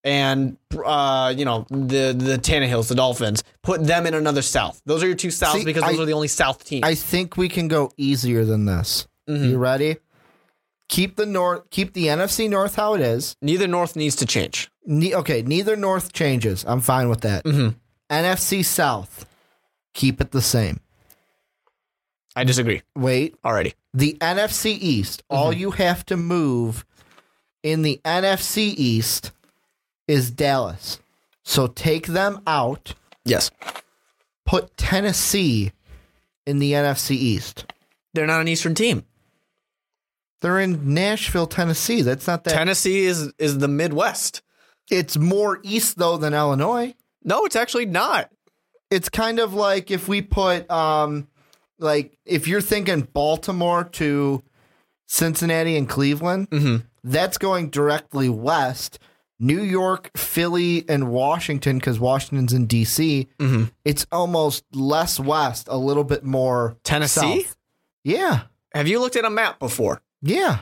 S3: and uh, you know the the Tannehills, the Dolphins. Put them in another South. Those are your two Souths
S2: See,
S3: because those
S2: I-
S3: are the only South teams.
S2: I think we can go easier than this. You ready? Keep the north. Keep the NFC North how it is.
S3: Neither North needs to change.
S2: Ne- okay, neither North changes. I'm fine with that. NFC South, keep it the same.
S3: I disagree
S2: Wait,
S3: already.
S2: the NFC East. All you have to move in the NFC East is Dallas. So take them out.
S3: Yes,
S2: Put Tennessee in the NFC East.
S3: they're not an Eastern team.
S2: They're in Nashville, Tennessee. That's not that.
S3: Tennessee is is the Midwest.
S2: it's more east though than Illinois.
S3: No, it's actually not.
S2: it's kind of like if we put um like if you're thinking Baltimore to Cincinnati and Cleveland,
S3: Mm-hmm.
S2: that's going directly west. New York, Philly, and Washington, because Washington's in DC,
S3: Mm-hmm.
S2: it's almost less west, a little bit more
S3: Tennessee?
S2: south. Yeah.
S3: Have you looked at a map before?
S2: Yeah.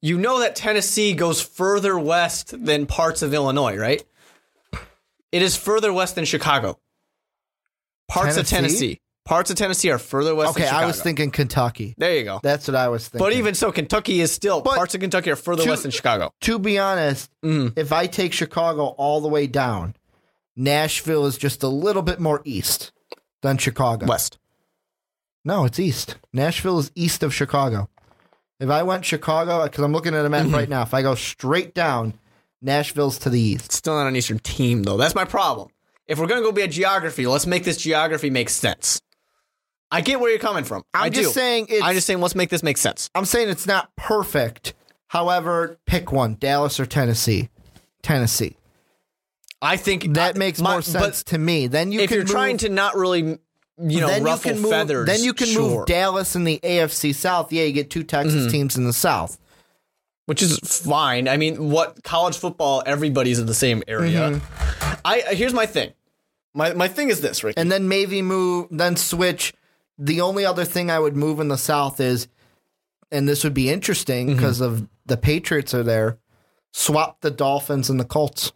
S3: You know that Tennessee goes further west than parts of Illinois, right? It is further west than Chicago. Parts of
S2: Tennessee?
S3: Tennessee. Parts of Tennessee are further west
S2: Okay,
S3: than Chicago.
S2: I was thinking Kentucky.
S3: There you go.
S2: That's what I was thinking.
S3: But even so, Kentucky is still
S2: But
S3: parts of Kentucky are further
S2: to-
S3: west than Chicago.
S2: to be honest,
S3: Mm.
S2: if I take Chicago all the way down, Nashville is just a little bit more east than Chicago.
S3: West.
S2: No, it's east. Nashville is east of Chicago. If I went Chicago, because I'm looking at a map
S3: Mm-hmm.
S2: right now, if I go straight down, Nashville's to the east.
S3: Still not an Eastern team though. That's my problem. If we're gonna go by geography, let's make this geography make sense. I get where you're coming from.
S2: I'm
S3: I
S2: just
S3: do.
S2: saying it's,
S3: I'm just saying let's make this make sense.
S2: I'm saying it's not perfect. However, pick one: Dallas or Tennessee. Tennessee.
S3: I think
S2: That
S3: I-
S2: makes
S3: my-
S2: more
S3: but-
S2: sense to me. Then you
S3: if
S2: can
S3: you're trying
S2: move-
S3: to not really, you know, ruffle
S2: can move,
S3: feathers,
S2: Then you can
S3: sure. Mm-hmm.
S2: move Dallas in the AFC South. Yeah, you get two Texas teams in the South.
S3: which is fine. I mean, what college football? Everybody's in the same area.
S2: Mm-hmm.
S3: I uh, here's my thing. My my thing is this, Rick.
S2: And then maybe move then switch. The only other thing I would move in the South is and this would be interesting
S3: Mm-hmm.
S2: because of the Patriots are there. Swap the Dolphins and the Colts.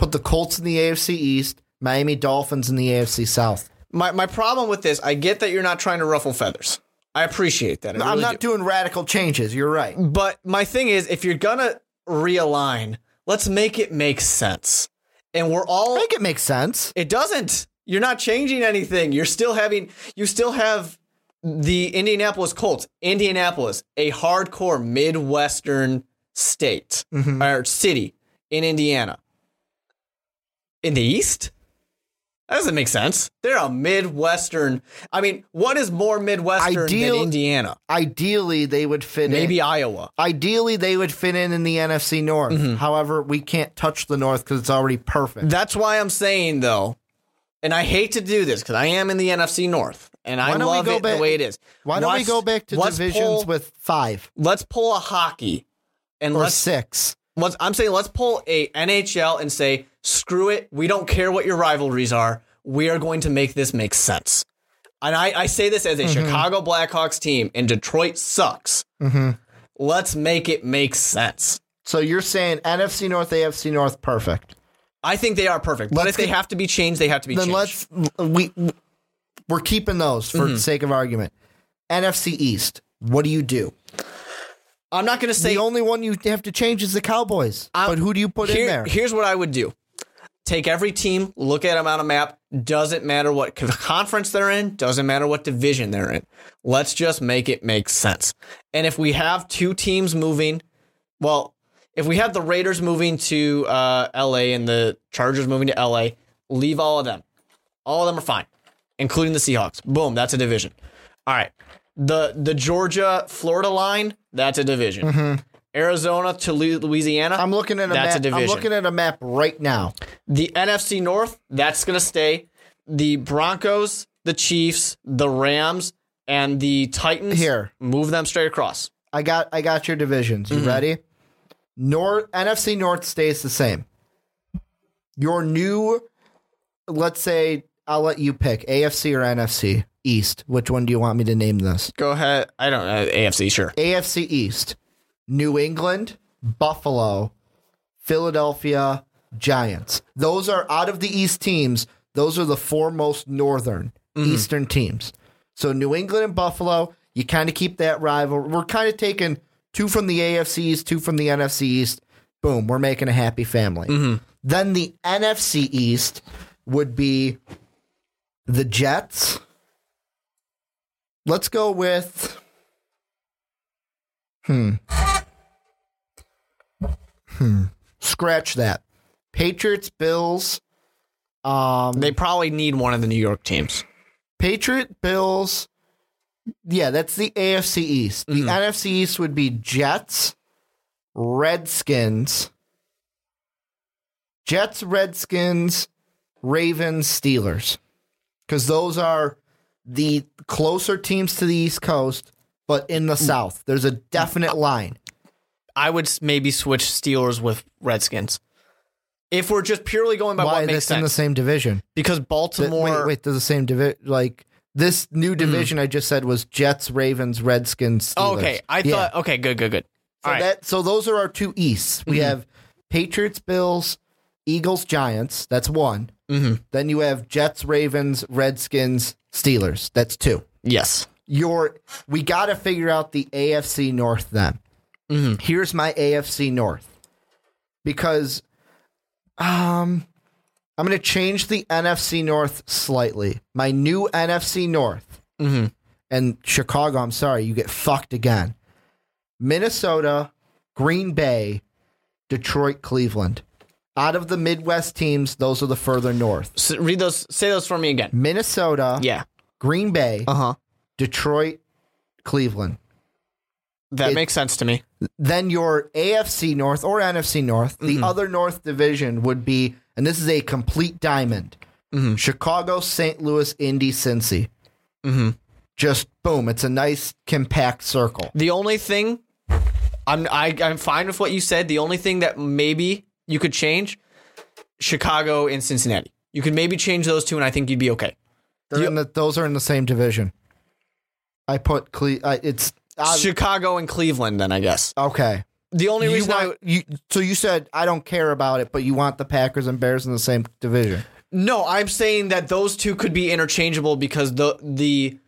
S2: Put the Colts in the AFC East, Miami Dolphins in the AFC South.
S3: my my problem with this, I get that you're not trying to ruffle feathers. I appreciate that. I
S2: I'm
S3: really
S2: not
S3: do.
S2: doing radical changes. You're right.
S3: But my thing is, if you're gonna realign, let's make it make sense. And we're all
S2: Make it make sense.
S3: It doesn't. You're not changing anything. You're still having you still have the Indianapolis Colts. Indianapolis, a hardcore Midwestern state or city in Indiana. In the East? That doesn't make sense. They're a Midwestern. I mean, what is more Midwestern
S2: Ideal-
S3: than Indiana?
S2: Ideally, they would fit in.
S3: Maybe Iowa.
S2: Ideally, they would fit in in the NFC North.
S3: Mm-hmm.
S2: However, we can't touch the North because it's already perfect.
S3: That's why I'm saying though, and I hate to do this because I am in the NFC North and I
S2: Why don't we
S3: love
S2: go
S3: it
S2: back-
S3: the way it is.
S2: Why don't we
S3: Let's-
S2: go back to
S3: let's
S2: divisions
S3: pull-
S2: with five
S3: Let's pull a hockey and
S2: or
S3: let's,
S2: six?
S3: let's. I'm saying let's pull a NHL and say screw it. We don't care what your rivalries are. We are going to make this make sense. And I, I say this as a
S2: Mm-hmm.
S3: Chicago Blackhawks team, and Detroit sucks.
S2: Mm-hmm.
S3: Let's make it make sense.
S2: So you're saying NFC North, AFC North, perfect.
S3: I think they are perfect, but
S2: Let's
S3: if they
S2: get-
S3: have to be changed, they have to be
S2: Then
S3: changed.
S2: let's we we're keeping those for
S3: Mm-hmm.
S2: the sake of argument. NFC East. What do you do?
S3: I'm not going to say
S2: The only one you have to change is the Cowboys.
S3: I'm-
S2: but who do you put
S3: Here-
S2: in there?
S3: Here's what I would do. Take every team, look at them on a map. Doesn't matter what co- conference they're in, doesn't matter what division they're in. Let's just make it make sense. And if we have two teams moving, well, if we have the Raiders moving to uh, LA and the Chargers moving to LA, leave all of them. All of them are fine, including the Seahawks. Boom, that's a division. All right. The the Georgia Florida line, that's a division. Arizona to Lu- Louisiana.
S2: Mm-hmm. I'm looking at a
S3: that's
S2: map.
S3: a division.
S2: I'm looking at a map right now.
S3: The NFC North, that's going to stay. The Broncos, the Chiefs, the Rams, and the Titans.
S2: Here.
S3: Move them straight across.
S2: I got I got your divisions. You ready? North NFC North stays the same. Your new let's say I'll let you pick AFC or NFC East. Which one do you want me to name this?
S3: uh, Go ahead. I don't know. AFC, sure.
S2: AFC East. New England, Buffalo, Philadelphia, Giants. Those are out of the East teams, those are the four most northern Eastern teams. So New England and Buffalo, you kind of keep that rival. We're kind of taking two from the AFC East, two from the NFC East. Boom, we're making a happy family. Then the NFC East would be the Jets. Let's go with hmm. scratch that. Patriots, Bills, um,
S3: They probably need one of the New York teams.
S2: Patriot, Bills. Yeah, that's the AFC East.
S3: Mm-hmm.
S2: The NFC East would be Jets, Redskins, Jets, Redskins, Ravens, Steelers. Because those are the closer teams to the East Coast, but in
S3: Mm.
S2: the South, there's a definite line.
S3: I would s- maybe switch Steelers with Redskins. If we're just purely going by
S2: Why
S3: what makes
S2: that's in the
S3: sense,
S2: same division?
S3: because
S2: Th-
S3: Baltimore,
S2: Wait, wait, they're the same division. Like this
S3: Mm.
S2: new division I just said was Jets, Ravens, Redskins.
S3: Oh,
S2: Steelers.
S3: okay, I
S2: Yeah.
S3: thought, okay, good, good, good.
S2: So
S3: All right, Mm-hmm.
S2: that so those are our two Easts. We have Patriots, Bills, Eagles, Giants. That's one.
S3: Mhm.
S2: Then you have Jets, Ravens, Redskins, Steelers. That's two.
S3: yes,
S2: Your we got to figure out the AFC North then.
S3: Mm-hmm.
S2: Here's my AFC North because um I'm going to change the NFC North slightly. My new NFC North
S3: Mm-hmm.
S2: and Chicago, I'm sorry, you get fucked again. Minnesota, Green Bay, Detroit, Cleveland. Out of the Midwest teams, those are the further north.
S3: S- read those, say those for me again.
S2: Minnesota,
S3: Yeah,
S2: Green Bay,
S3: uh huh,
S2: Detroit, Cleveland.
S3: that
S2: It-
S3: makes sense to me.
S2: Then your AFC North or NFC North,
S3: Mm-hmm.
S2: the other North division would be, and this is a complete diamond
S3: Mm-hmm.
S2: Chicago, St. Louis, Indy, Cincy.
S3: Mm-hmm.
S2: Just boom, it's a nice compact circle.
S3: The only thing I'm I, I'm fine with what you said. The only thing that maybe you could change Chicago and Cincinnati. You could maybe change those two, and I think you'd be okay.
S2: They're in the, those are in the same division. I put Cle- uh, it's uh,
S3: Chicago and Cleveland, then I guess.
S2: okay.
S3: The only
S2: You
S3: reason I
S2: want, you, so you said I don't care about it, but you want the Packers and Bears in the same division.
S3: No, I'm saying that those two could be interchangeable because the the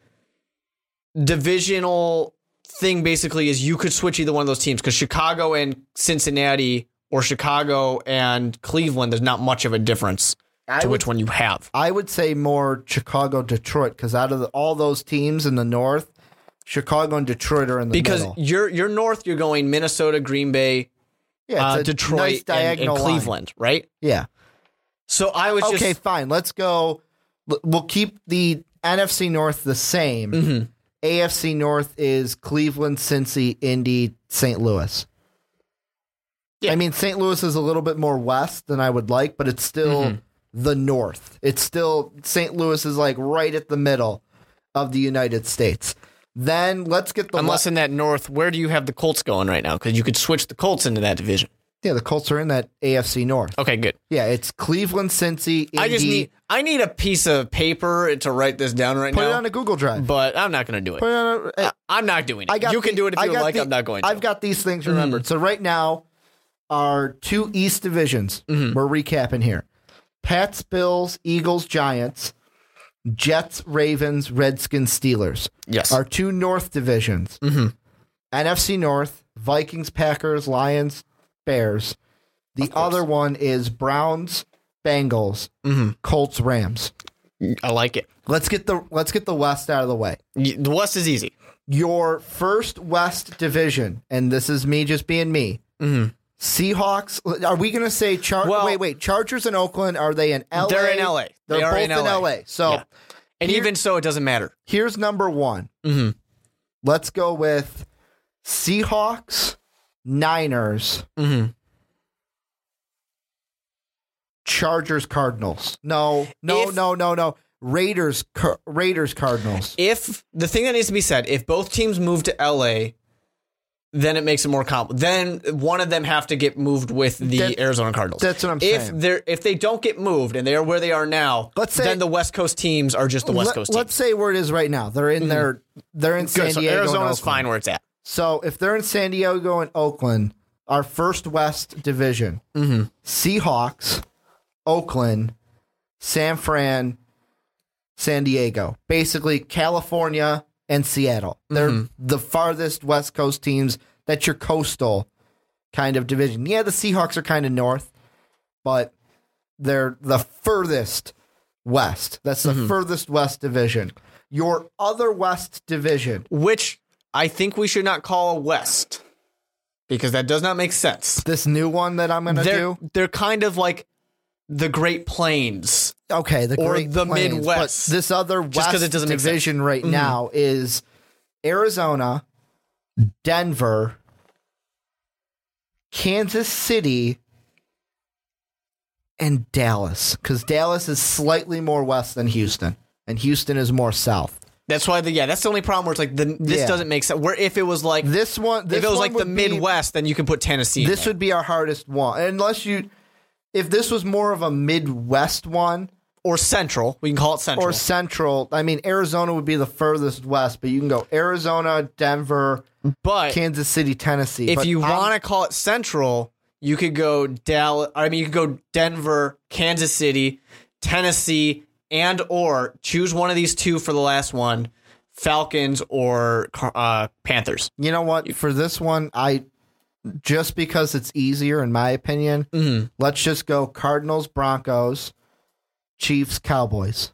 S3: divisional thing basically is you could switch either one of those teams because Chicago and Cincinnati or Chicago and Cleveland, there's not much of a difference to
S2: would-
S3: which one you have.
S2: I would say more Chicago, Detroit, because out of the, all those teams in the North, Chicago and Detroit are in the
S3: Because
S2: middle.
S3: you're you're north, you're going Minnesota, Green Bay,
S2: Yeah,
S3: uh,
S2: it's a
S3: Detroit,
S2: nice
S3: and- and,
S2: diagonal line.
S3: Cleveland, right?
S2: Yeah.
S3: So I was
S2: Okay,
S3: just
S2: fine. Let's go. L- We'll keep the NFC North the same.
S3: Mm-hmm.
S2: AFC North is Cleveland, Cincy, Indy, St. Louis.
S3: Yeah.
S2: I mean, St. Louis is a little bit more west than I would like, but it's still
S3: Mm-hmm.
S2: the north. It's still St. Louis is like right at the middle of the United States. Then let's get the
S3: unless
S2: le-
S3: in that north, where do you have the Colts going right now? Because you could switch the Colts into that division.
S2: yeah, the Colts are in that AFC North.
S3: Okay, good.
S2: Yeah, it's Cleveland, Cincy, Indy.
S3: Oh. I just need I need a piece of paper to write this down right
S2: put
S3: now.
S2: it on a Google Drive.
S3: but I'm not going to do
S2: Put
S3: it.
S2: it on a,
S3: I'm not doing it.
S2: I got
S3: you can
S2: the-
S3: do it if
S2: I
S3: you would
S2: got
S3: like.
S2: the-
S3: I'm not going to. Mm-hmm.
S2: I've got these things remembered. So right now, our two East divisions.
S3: Mm-hmm.
S2: We're recapping here: Pats, Bills, Eagles, Giants, Jets, Ravens, Redskins, Steelers.
S3: yes.
S2: Our two North divisions:
S3: Mm-hmm.
S2: NFC North, Vikings, Packers, Lions, Bears. The other one is Browns, Bengals,
S3: Mm-hmm.
S2: Colts, Rams.
S3: I like it.
S2: Let's get the let's get the West out of the way
S3: Y- The West is easy.
S2: your first West division, and this is me just being me. Seahawks. Are we going to say Char-
S3: Mm-hmm. Well-
S2: wait, wait, Chargers in Oakland? Are they in LA?
S3: They're in LA.
S2: They're
S3: They are
S2: both
S3: in
S2: in LA.
S3: LA.
S2: So
S3: Yeah. And
S2: Here-
S3: even so, it doesn't matter.
S2: here's number one.
S3: Mhm.
S2: Let's go with Seahawks, Niners,
S3: Mhm.
S2: Chargers, Cardinals. No, no,
S3: If-
S2: no, no, no. Raiders, Car- Raiders, Cardinals.
S3: If the thing that needs to be said, if both teams move to LA, then it makes it more comp. Then one of them have to get moved with the
S2: That-
S3: Arizona Cardinals.
S2: that's what I'm
S3: if
S2: saying.
S3: They're, if they don't get moved and they are where they are now,
S2: Let's say-
S3: then the West Coast teams are just the West
S2: Let-
S3: Coast
S2: Let's
S3: teams.
S2: say where it is right now. They're in their. They're in San
S3: Good, so
S2: Diego. and Oakland.
S3: Arizona's fine where it's at.
S2: So if they're in San Diego and Oakland, our first West division Seahawks, Oakland, San Fran, San Diego. Basically, California and Seattle. They're the farthest West Coast teams. That's your coastal kind of division. Yeah, the Seahawks are kind of north, but they're the furthest west. That's the furthest west division. Your other west division.
S3: which I think we should not call West because that does not make sense.
S2: This new one that I'm going to
S3: They're
S2: do.
S3: they're kind of like the Great Plains.
S2: Okay, the
S3: Or
S2: Great
S3: the
S2: Plains,
S3: Midwest.
S2: But this other
S3: Just 'cause
S2: west
S3: it doesn't make Mm-hmm.
S2: division right now is Arizona, Denver, Kansas City, and Dallas. Because Dallas is slightly more west than Houston, and Houston is more south.
S3: That's why the yeah. That's the only problem where it's like the, this
S2: Yeah.
S3: doesn't make sense. Where if it was like
S2: This one, this
S3: if it was
S2: one
S3: like the
S2: would be-
S3: Midwest, then you can put Tennessee. in
S2: This
S3: there.
S2: would be our hardest one, unless you. If this was more of a Midwest one,
S3: or Central. We can call it Central.
S2: or central. I mean, Arizona would be the furthest west, but you can go Arizona, Denver,
S3: but
S2: Kansas City, Tennessee.
S3: if
S2: But
S3: you
S2: I'm-
S3: want to call it Central, you could go Dallas. I mean, you could go Denver, Kansas City, Tennessee, and or choose one of these two for the last one: Falcons or uh, Panthers.
S2: you know what? For this one, I just because it's easier, in my opinion,
S3: Mm-hmm.
S2: let's just go Cardinals, Broncos, Chiefs, Cowboys.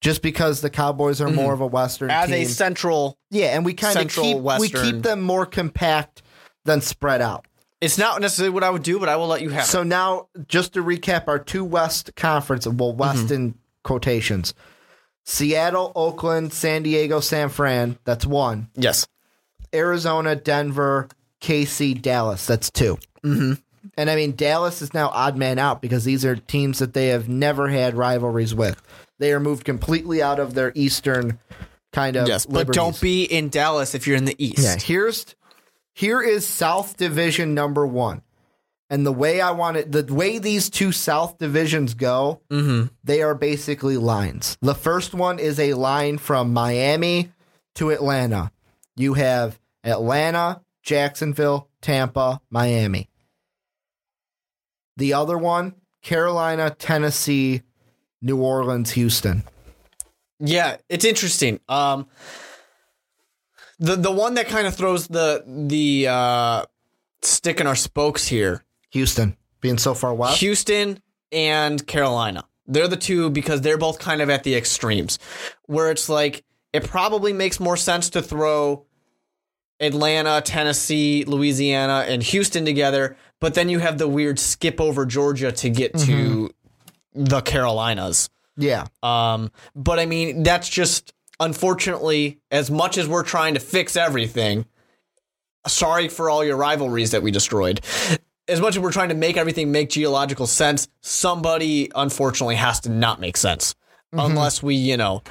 S2: Just because the Cowboys are more of a Western
S3: Mm-hmm. As
S2: team,
S3: a Central,
S2: yeah, and we kind of
S3: central
S2: keep we
S3: Western-
S2: keep them more compact than spread out.
S3: it's not necessarily what I would do, but I will let you have. it.
S2: So now, just to recap, our two West conference, well, West
S3: Mm-hmm.
S2: in quotations, Seattle, Oakland, San Diego, San Fran. That's one.
S3: yes,
S2: Arizona, Denver, KC, Dallas. That's 2 Mm-hmm. And I mean, Dallas is now odd man out because these are teams that they have never had rivalries with. They are moved completely out of their Eastern kind of.
S3: yes, but
S2: liberties.
S3: don't be in Dallas if you're in the East.
S2: Yeah, here's here is South Division number one. And the way I want it, the way these two South divisions go, they are basically lines. The first one is a line from Miami to Atlanta. You have Atlanta, Jacksonville, Tampa, Miami. The other one, Carolina, Tennessee, New Orleans, Houston.
S3: Yeah, it's interesting. Um, the the one that kind of throws the the uh, stick in our spokes here,
S2: Houston being so far west.
S3: Houston and Carolina. They're the two because they're both kind of at the extremes, where it's like it probably makes more sense to throw Atlanta, Tennessee, Louisiana, and Houston together, but then you have the weird skip over Georgia to get to the Carolinas.
S2: yeah.
S3: Um, but I mean, that's just unfortunately, as much as we're trying to fix everything, sorry for all your rivalries that we destroyed. As much as we're trying to make everything make geological sense, somebody unfortunately has to not make sense unless we, you know,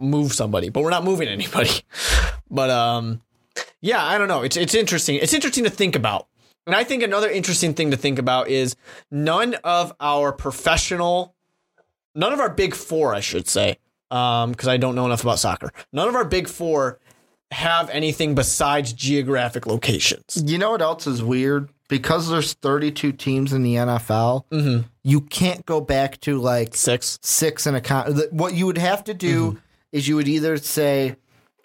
S3: move somebody. But we're not moving anybody. but um yeah, I don't know. It's it's interesting. It's interesting to think about. And I think another interesting thing to think about is none of our professional none of our big four, I should say, because I don't know enough about soccer. None of our big four have anything besides geographic locations.
S2: You know what else is weird? Because there's 32 teams in the NFL,
S3: Mm-hmm.
S2: you can't go back to like
S3: Six.
S2: six in a con. the- What you would have to do
S3: Mm-hmm.
S2: is you would either say,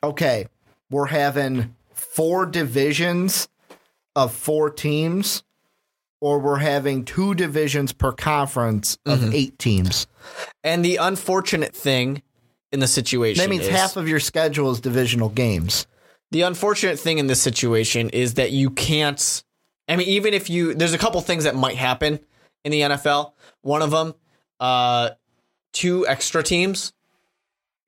S2: okay, we're having four divisions of four teams, or we're having two divisions per conference of
S3: Mm-hmm.
S2: eight teams.
S3: And the unfortunate thing in the situation
S2: That means
S3: is,
S2: half of your schedule is divisional games.
S3: the unfortunate thing in this situation is that you can't. I mean, even if you, there's a couple things that might happen in the NFL. One of them, uh, two extra teams,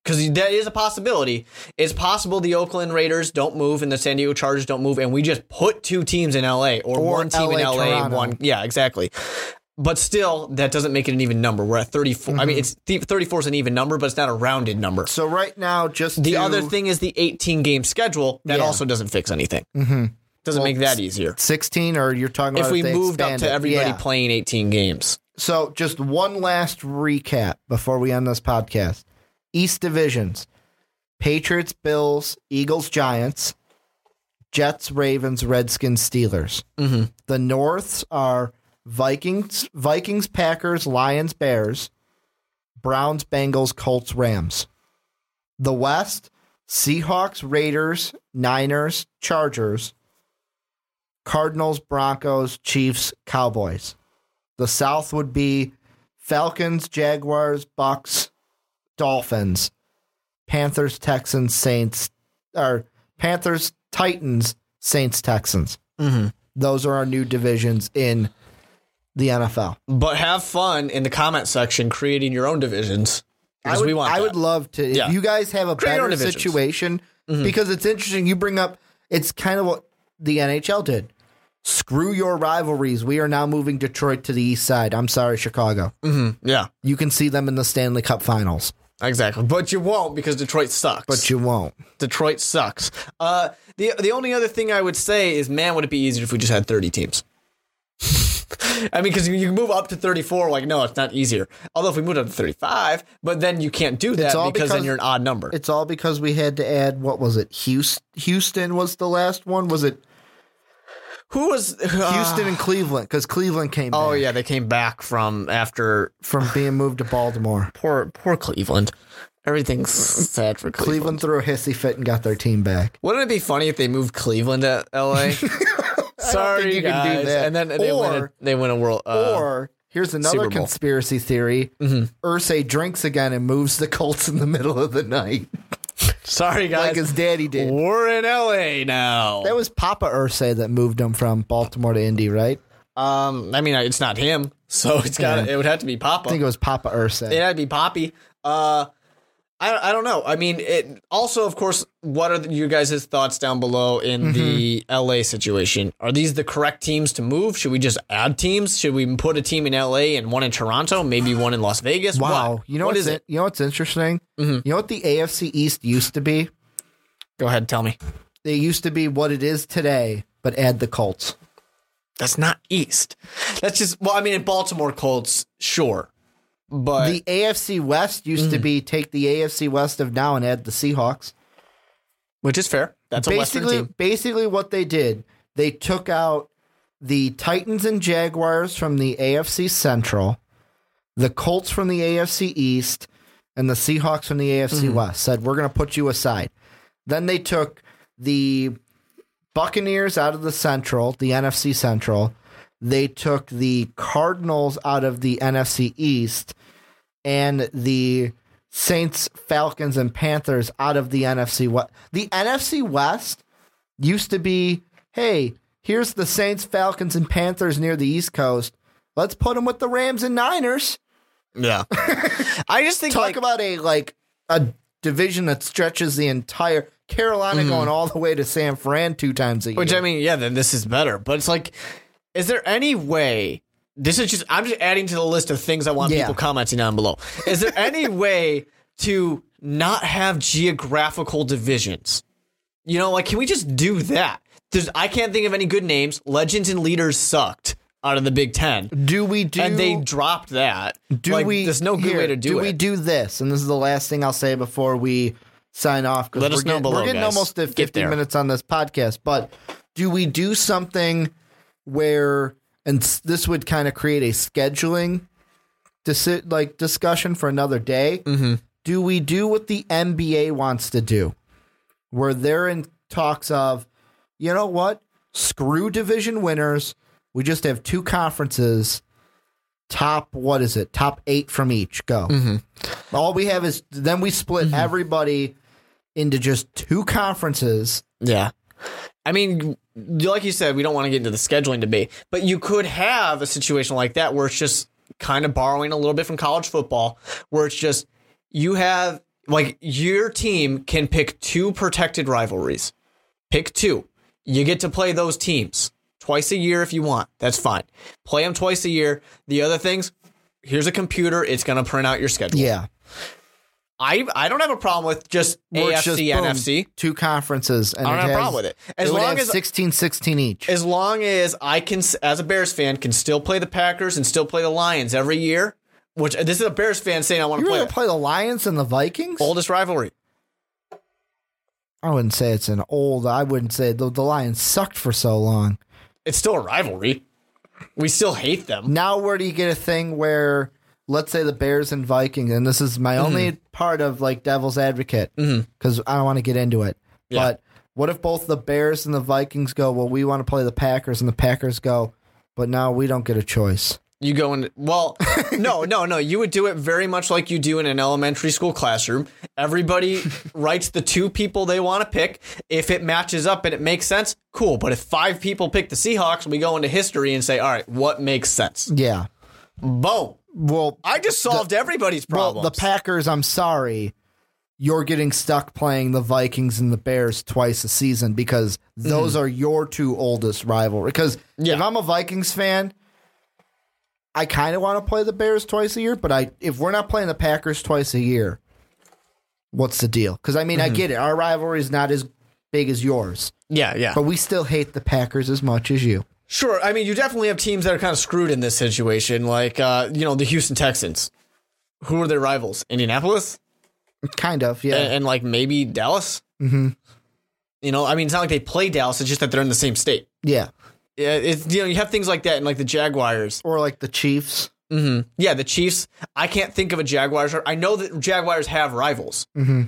S3: because that is a possibility. It's possible the Oakland Raiders don't move and the San Diego Chargers don't move, and we just put two teams in LA or, one team in
S2: LA,
S3: LA,
S2: Toronto.
S3: one. Yeah, exactly. But still, that doesn't make it an even number. We're at 34. I mean, it's 34 is an even number, but it's not a rounded number.
S2: So right now, just
S3: The
S2: to-
S3: other thing is the 18 game schedule. That
S2: Yeah.
S3: also doesn't fix anything. Mm-hmm. Doesn't make that easier.
S2: 16, or you're talking about
S3: If we
S2: they
S3: moved up
S2: expand
S3: to
S2: it.
S3: everybody
S2: Yeah.
S3: playing 18 games,
S2: So, just one last recap before we end this podcast. East divisions Patriots, Bills, Eagles, Giants, Jets, Ravens, Redskins, Steelers. Mm-hmm. The Norths are Vikings, Vikings, Packers, Lions, Bears, Browns, Bengals, Colts, Rams. The West, Seahawks, Raiders, Niners, Chargers, Cardinals, Broncos, Chiefs, Cowboys. The South would be Falcons, Jaguars, Bucks, Dolphins, Panthers, Texans, Saints, or Panthers, Titans, Saints, Texans.
S3: Mm-hmm.
S2: Those are our new divisions in the NFL.
S3: But have fun in the comment section creating your own divisions because
S2: I would,
S3: we want.
S2: I
S3: that.
S2: would love to.
S3: Yeah.
S2: If you guys have a
S3: Create your own
S2: better
S3: divisions. Mm-hmm.
S2: situation, because it's interesting, you bring up it's kind of what the NHL did. Screw your rivalries. We are now moving Detroit to the east side. I'm sorry, Chicago.
S3: Mm-hmm. yeah,
S2: You can see them in the Stanley Cup finals,
S3: exactly. But you won't because Detroit sucks.
S2: but you won't.
S3: Detroit sucks. Uh, the the only other thing I would say is, man, would it be easier if we just had thirty teams? I mean, because you you can move up to thirty four. Like, no, it's not easier. Although if we moved up to thirty five, but then you can't do that
S2: all
S3: because, then
S2: because-
S3: you're an odd number.
S2: It's all because we had to add what was it? Houston, Houston was the last one. Was it
S3: Who was uh,
S2: Houston and Cleveland? Because Cleveland came.
S3: Ah. oh
S2: back
S3: yeah, they came back from after
S2: from being moved to Baltimore.
S3: poor poor Cleveland. Everything's sad for Cleveland.
S2: Cleveland threw a hissy fit and got their team back.
S3: Wouldn't it be funny if they moved Cleveland to LA? Sorry,
S2: you
S3: guys.
S2: can do that.
S3: And then they win. A,
S2: Or-
S3: they win a world. Uh,
S2: or here's
S3: Super
S2: another
S3: Bowl. Mm-hmm.
S2: conspiracy theory: Ursay drinks again and moves the Colts in the middle of the night,
S3: sorry,
S2: like
S3: guys.
S2: his daddy did.
S3: We're in LA now.
S2: That was Papa Ursay that moved him from Baltimore to Indy, right?
S3: um, I mean, it's not him, so it's got. to It would have to be Papa.
S2: I think it was Papa Ursay.
S3: It had to be Poppy. Uh, I, I don't know. I mean, it also, of course, what are you guys' thoughts down below in the LA situation? Are these the correct teams to move? Should we just add teams? Should we put a team in LA and one in Toronto, maybe one in Las Vegas?
S2: Wow,
S3: What?
S2: you know
S3: what
S2: what's
S3: is
S2: in-
S3: it? Mm-hmm.
S2: You know what's interesting? You know what the AFC East used to be?
S3: Go ahead, tell me.
S2: They used to be what it is today, but add the Colts.
S3: That's not East. That's just well, I mean, in Baltimore Colts, sure, but
S2: The AFC West used to be take the AFC West of now and add the Seahawks.
S3: which is fair. That's a Western
S2: basically,
S3: team.
S2: basically what they did, they took out the Titans and Jaguars from the AFC Central, the Colts from the AFC East, and the Seahawks from the AFC
S3: Mm-hmm.
S2: West. Said we're going to put you aside. Then they took the Buccaneers out of the Central, the NFC Central. They took the Cardinals out of the NFC East and the Saints, Falcons, and Panthers out of the NFC West. The NFC West used to be, hey, here's the Saints, Falcons, and Panthers near the East Coast. Let's put them with the Rams and Niners.
S3: Yeah, I just think
S2: Talk
S3: like
S2: about a like a division that stretches the entire Carolina going all the way to San Fran two times a year.
S3: Which I mean, yeah, then this is better. But it's like, is there any way? This is just I'm just adding to the list of things I want
S2: Yeah.
S3: people commenting on below. Is there any way to not have geographical divisions? You know, like can we just do that? There's, I can't think of any good names. Legends and leaders sucked out of the Big Ten,
S2: do we do
S3: and they dropped that.
S2: do
S3: Like,
S2: we
S3: There's no good
S2: here,
S3: way to do,
S2: do
S3: it.
S2: we do this and this is the last thing i'll say before we sign off 'cause
S3: Let
S2: we're
S3: us know
S2: getting,
S3: below,
S2: we're getting
S3: guys.
S2: almost to
S3: Get
S2: 50
S3: there.
S2: minutes on this podcast but do we do something where and s- this would kind of create a scheduling disi- like discussion for another day
S3: Mm-hmm.
S2: do we do what the nba wants to do where they're in talks of you know what screw division winners we just have two conferences top what is it top eight from each go
S3: Mm-hmm.
S2: all we have is then we split everybody into just two conferences
S3: Yeah. I mean, like you said, we don't want to get into the scheduling debate, but you could have a situation like that where it's just kind of borrowing a little bit from college football, where it's just you have like your team can pick two protected rivalries. Pick two. You get to play those teams twice a year if you want. That's fine. Play them twice a year. The other things, here's a computer. It's going to print out your schedule.
S2: yeah
S3: I, I don't have a problem with just
S2: Where
S3: AFC,
S2: it's just, boom,
S3: NFC.
S2: two conferences and it
S3: I don't have a
S2: has-
S3: problem with it. As
S2: would
S3: long
S2: have
S3: as-
S2: 16 16 each
S3: as long as I can, as a Bears fan, can still play the Packers and still play the Lions every year. Which this is a Bears fan saying I want
S2: you
S3: to play
S2: really
S3: the
S2: play the lions and the vikings
S3: oldest rivalry.
S2: I wouldn't say it's an old. I wouldn't say the, the Lions sucked for so long.
S3: It's still a rivalry. We still hate them.
S2: Now, where do you get a thing where, let's say, the Bears and Vikings, and this is
S3: Mm-hmm.
S2: my only part of like devil's advocate because I don't want to get into it. But what if both the Bears and the Vikings go, well, we want to play the Packers, and the Packers go, but now we don't get a choice.
S3: You go in. Well, no, no, no. You would do it very much like you do in an elementary school classroom. Everybody writes the two people they want to pick. If it matches up and it makes sense, cool. But if five people pick the Seahawks, we go into history and say, all right, what makes sense?
S2: Yeah.
S3: Boom.
S2: Well,
S3: I just solved everybody's
S2: well,
S3: problems.
S2: the Packers. I'm sorry, you're getting stuck playing the Vikings and the Bears twice a season because those are your two oldest rivalry. Because if
S3: Mm-hmm. Yeah.
S2: I'm a Vikings fan, I kind of want to play the Bears twice a year, but I if we're not playing the Packers twice a year, what's the deal? Because I mean,
S3: Mm-hmm.
S2: I get it. Our rivalry is not as big as yours,
S3: yeah, yeah.
S2: but we still hate the Packers as much as you.
S3: Sure. I mean, you definitely have teams that are kind of screwed in this situation, like uh, you know the Houston Texans. Who are their rivals? Indianapolis
S2: Kind of,
S3: A-
S2: yeah.
S3: and, like maybe Dallas. Mm-hmm. You know, I mean, it's not like they play Dallas. It's just that they're in the same state.
S2: yeah.
S3: Yeah, it's you know you have things like that, and like the Jaguars.
S2: Or like the Chiefs.
S3: Yeah, the Chiefs. I can't think of a Jaguars. I know that Jaguars have rivals, mm-hmm.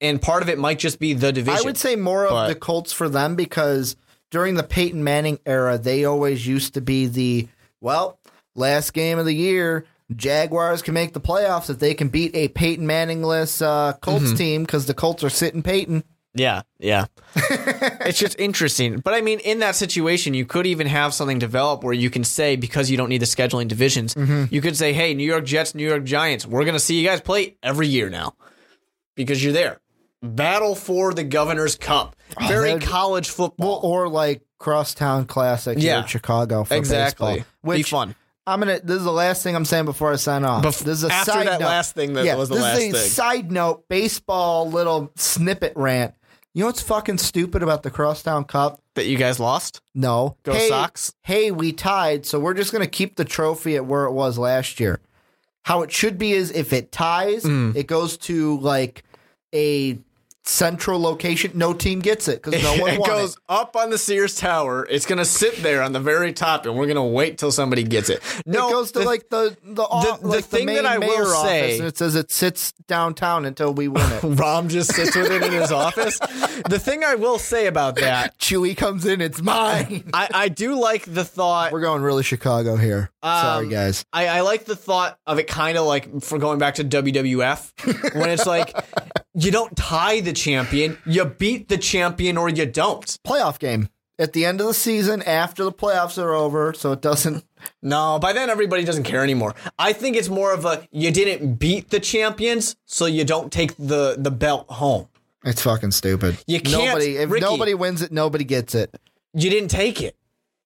S3: and part of it might just be the division.
S2: I would say more of
S3: But-
S2: the Colts for them because during the Peyton Manning era, they always used to be the well last game of the year. Jaguars can make the playoffs if they can beat a Peyton Manningless uh, Colts
S3: Mm-hmm.
S2: team because the Colts are sitting Peyton.
S3: Yeah, yeah. it's just interesting. But I mean, in that situation, you could even have something develop where you can say, because you don't need the scheduling divisions,
S2: Mm-hmm.
S3: you could say, hey, New York Jets, New York Giants, we're going to see you guys play every year now because you're there. Battle for the Governor's Cup. Very
S2: that'd-
S3: college football.
S2: or like crosstown classic here
S3: Yeah.
S2: in Chicago for
S3: exactly.
S2: baseball, which
S3: Be fun.
S2: I'm gonna. This is the last thing I'm saying before I sign off.
S3: Bef-
S2: this is a
S3: after
S2: side
S3: that
S2: note.
S3: last thing that was the
S2: this
S3: last
S2: is a
S3: thing.
S2: side note. Baseball little snippet rant. You know what's fucking stupid about the Crosstown Cup?
S3: That you guys lost?
S2: No.
S3: Go
S2: hey,
S3: Sox.
S2: Hey, we tied, so we're just going to keep the trophy at where it was last year. How it should be is if it ties,
S3: Mm.
S2: it goes to like a central location. No team gets it because no one
S3: it
S2: won
S3: goes
S2: it.
S3: up on the Sears Tower. It's going to sit there on the very top, and we're going to wait till somebody gets it. No,
S2: it goes to
S3: the-
S2: like the the, off-
S3: the
S2: like
S3: thing
S2: main
S3: that I will
S2: mayor office,
S3: say-
S2: and it says it sits downtown until we win it.
S3: Rom just sits with it in his office. The thing I will say about that,
S2: Chewy comes in, it's mine.
S3: I, I do like the thought.
S2: We're going really Chicago here. Sorry,
S3: Um,
S2: guys.
S3: I, I like the thought of it kind of like for going back to WWF when it's like you don't tie the champion, you beat the champion or you don't.
S2: Playoff game at the end of the season after the playoffs are over, so it doesn't
S3: No, by then everybody doesn't care anymore. I think it's more of a you didn't beat the champions, so you don't take the the belt home.
S2: It's fucking stupid.
S3: You can't-
S2: Nobody, if
S3: Ricky.
S2: nobody wins it, nobody gets it.
S3: You didn't take it.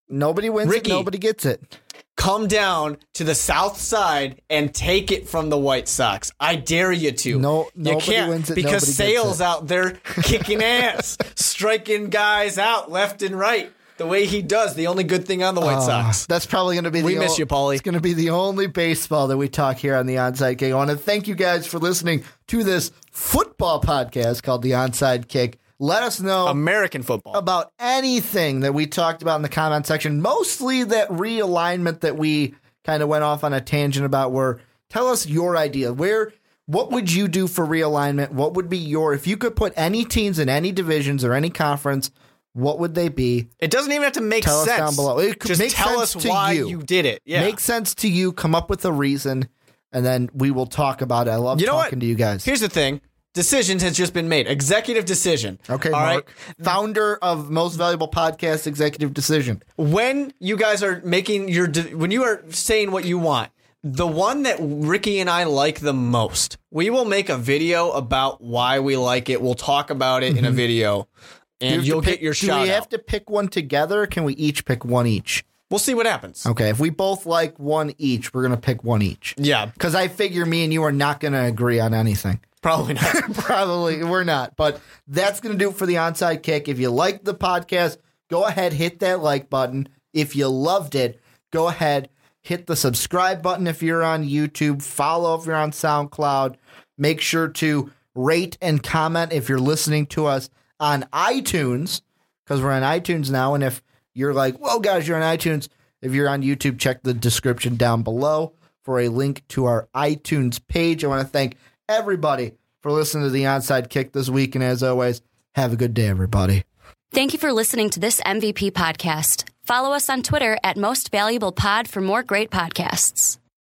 S2: Nobody wins
S3: Ricky.
S2: it, nobody gets it.
S3: Come down to the south side and take it from the White Sox. I dare you to.
S2: No-
S3: you
S2: nobody
S3: can't
S2: wins it,
S3: because
S2: nobody gets
S3: Sale's
S2: it.
S3: out there kicking ass, striking guys out left and right. The way he does, the only good thing on the White Sox.
S2: That's probably going to be
S3: We
S2: the
S3: miss you, Paulie.
S2: It's going to be the only baseball that we talk here on the Onside Kick. I want to thank you guys for listening to this football podcast called the Onside Kick. Let us know
S3: American football.
S2: about anything that we talked about in the comment section, mostly that realignment that we kind of went off on a tangent about where tell us your idea. Where what would you do for realignment? What would be your if you could put any teams in any divisions or any conference, what would they be?
S3: it doesn't even have to make
S2: Tell us
S3: sense.
S2: down below. It could
S3: Just
S2: make
S3: tell
S2: sense
S3: us
S2: to
S3: why
S2: you.
S3: you. did it. Yeah.
S2: Make sense to you, come up with a reason, and then we will talk about it. I love
S3: You know
S2: talking
S3: what?
S2: to you guys.
S3: Here's the thing. Decisions has just been made. Executive decision.
S2: Okay,
S3: All right.
S2: Mark, founder of Most Valuable Podcast Executive Decision.
S3: when you guys are making your de- when you are saying what you want the one that ricky and i like the most we will make a video about why we like it we'll talk about it in
S2: Mm-hmm.
S3: a video and
S2: You
S3: you'll
S2: have to
S3: get your
S2: pick- do
S3: shot
S2: we
S3: out.
S2: have to pick one together? Or can we each pick one each?
S3: we'll see what happens
S2: Okay, if we both like one each, we're gonna pick one each.
S3: yeah
S2: Because I figure me and you are not gonna agree on anything.
S3: probably not
S2: Probably we're not, but that's gonna do it for the onside kick. If you liked the podcast, go ahead hit that like button. If you loved it, go ahead hit the subscribe button if you're on YouTube. Follow if you're on SoundCloud. Make sure to rate and comment if you're listening to us on iTunes because we're on iTunes now. And if you're like, whoa, guys, you're on iTunes, if you're on YouTube, check the description down below for a link to our iTunes page. I want to thank everybody for listening to the onside kick this week. And as always, have a good day, everybody.
S1: Thank you for listening to this MVP podcast. Follow us on Twitter at Most Valuable Pod for more great podcasts.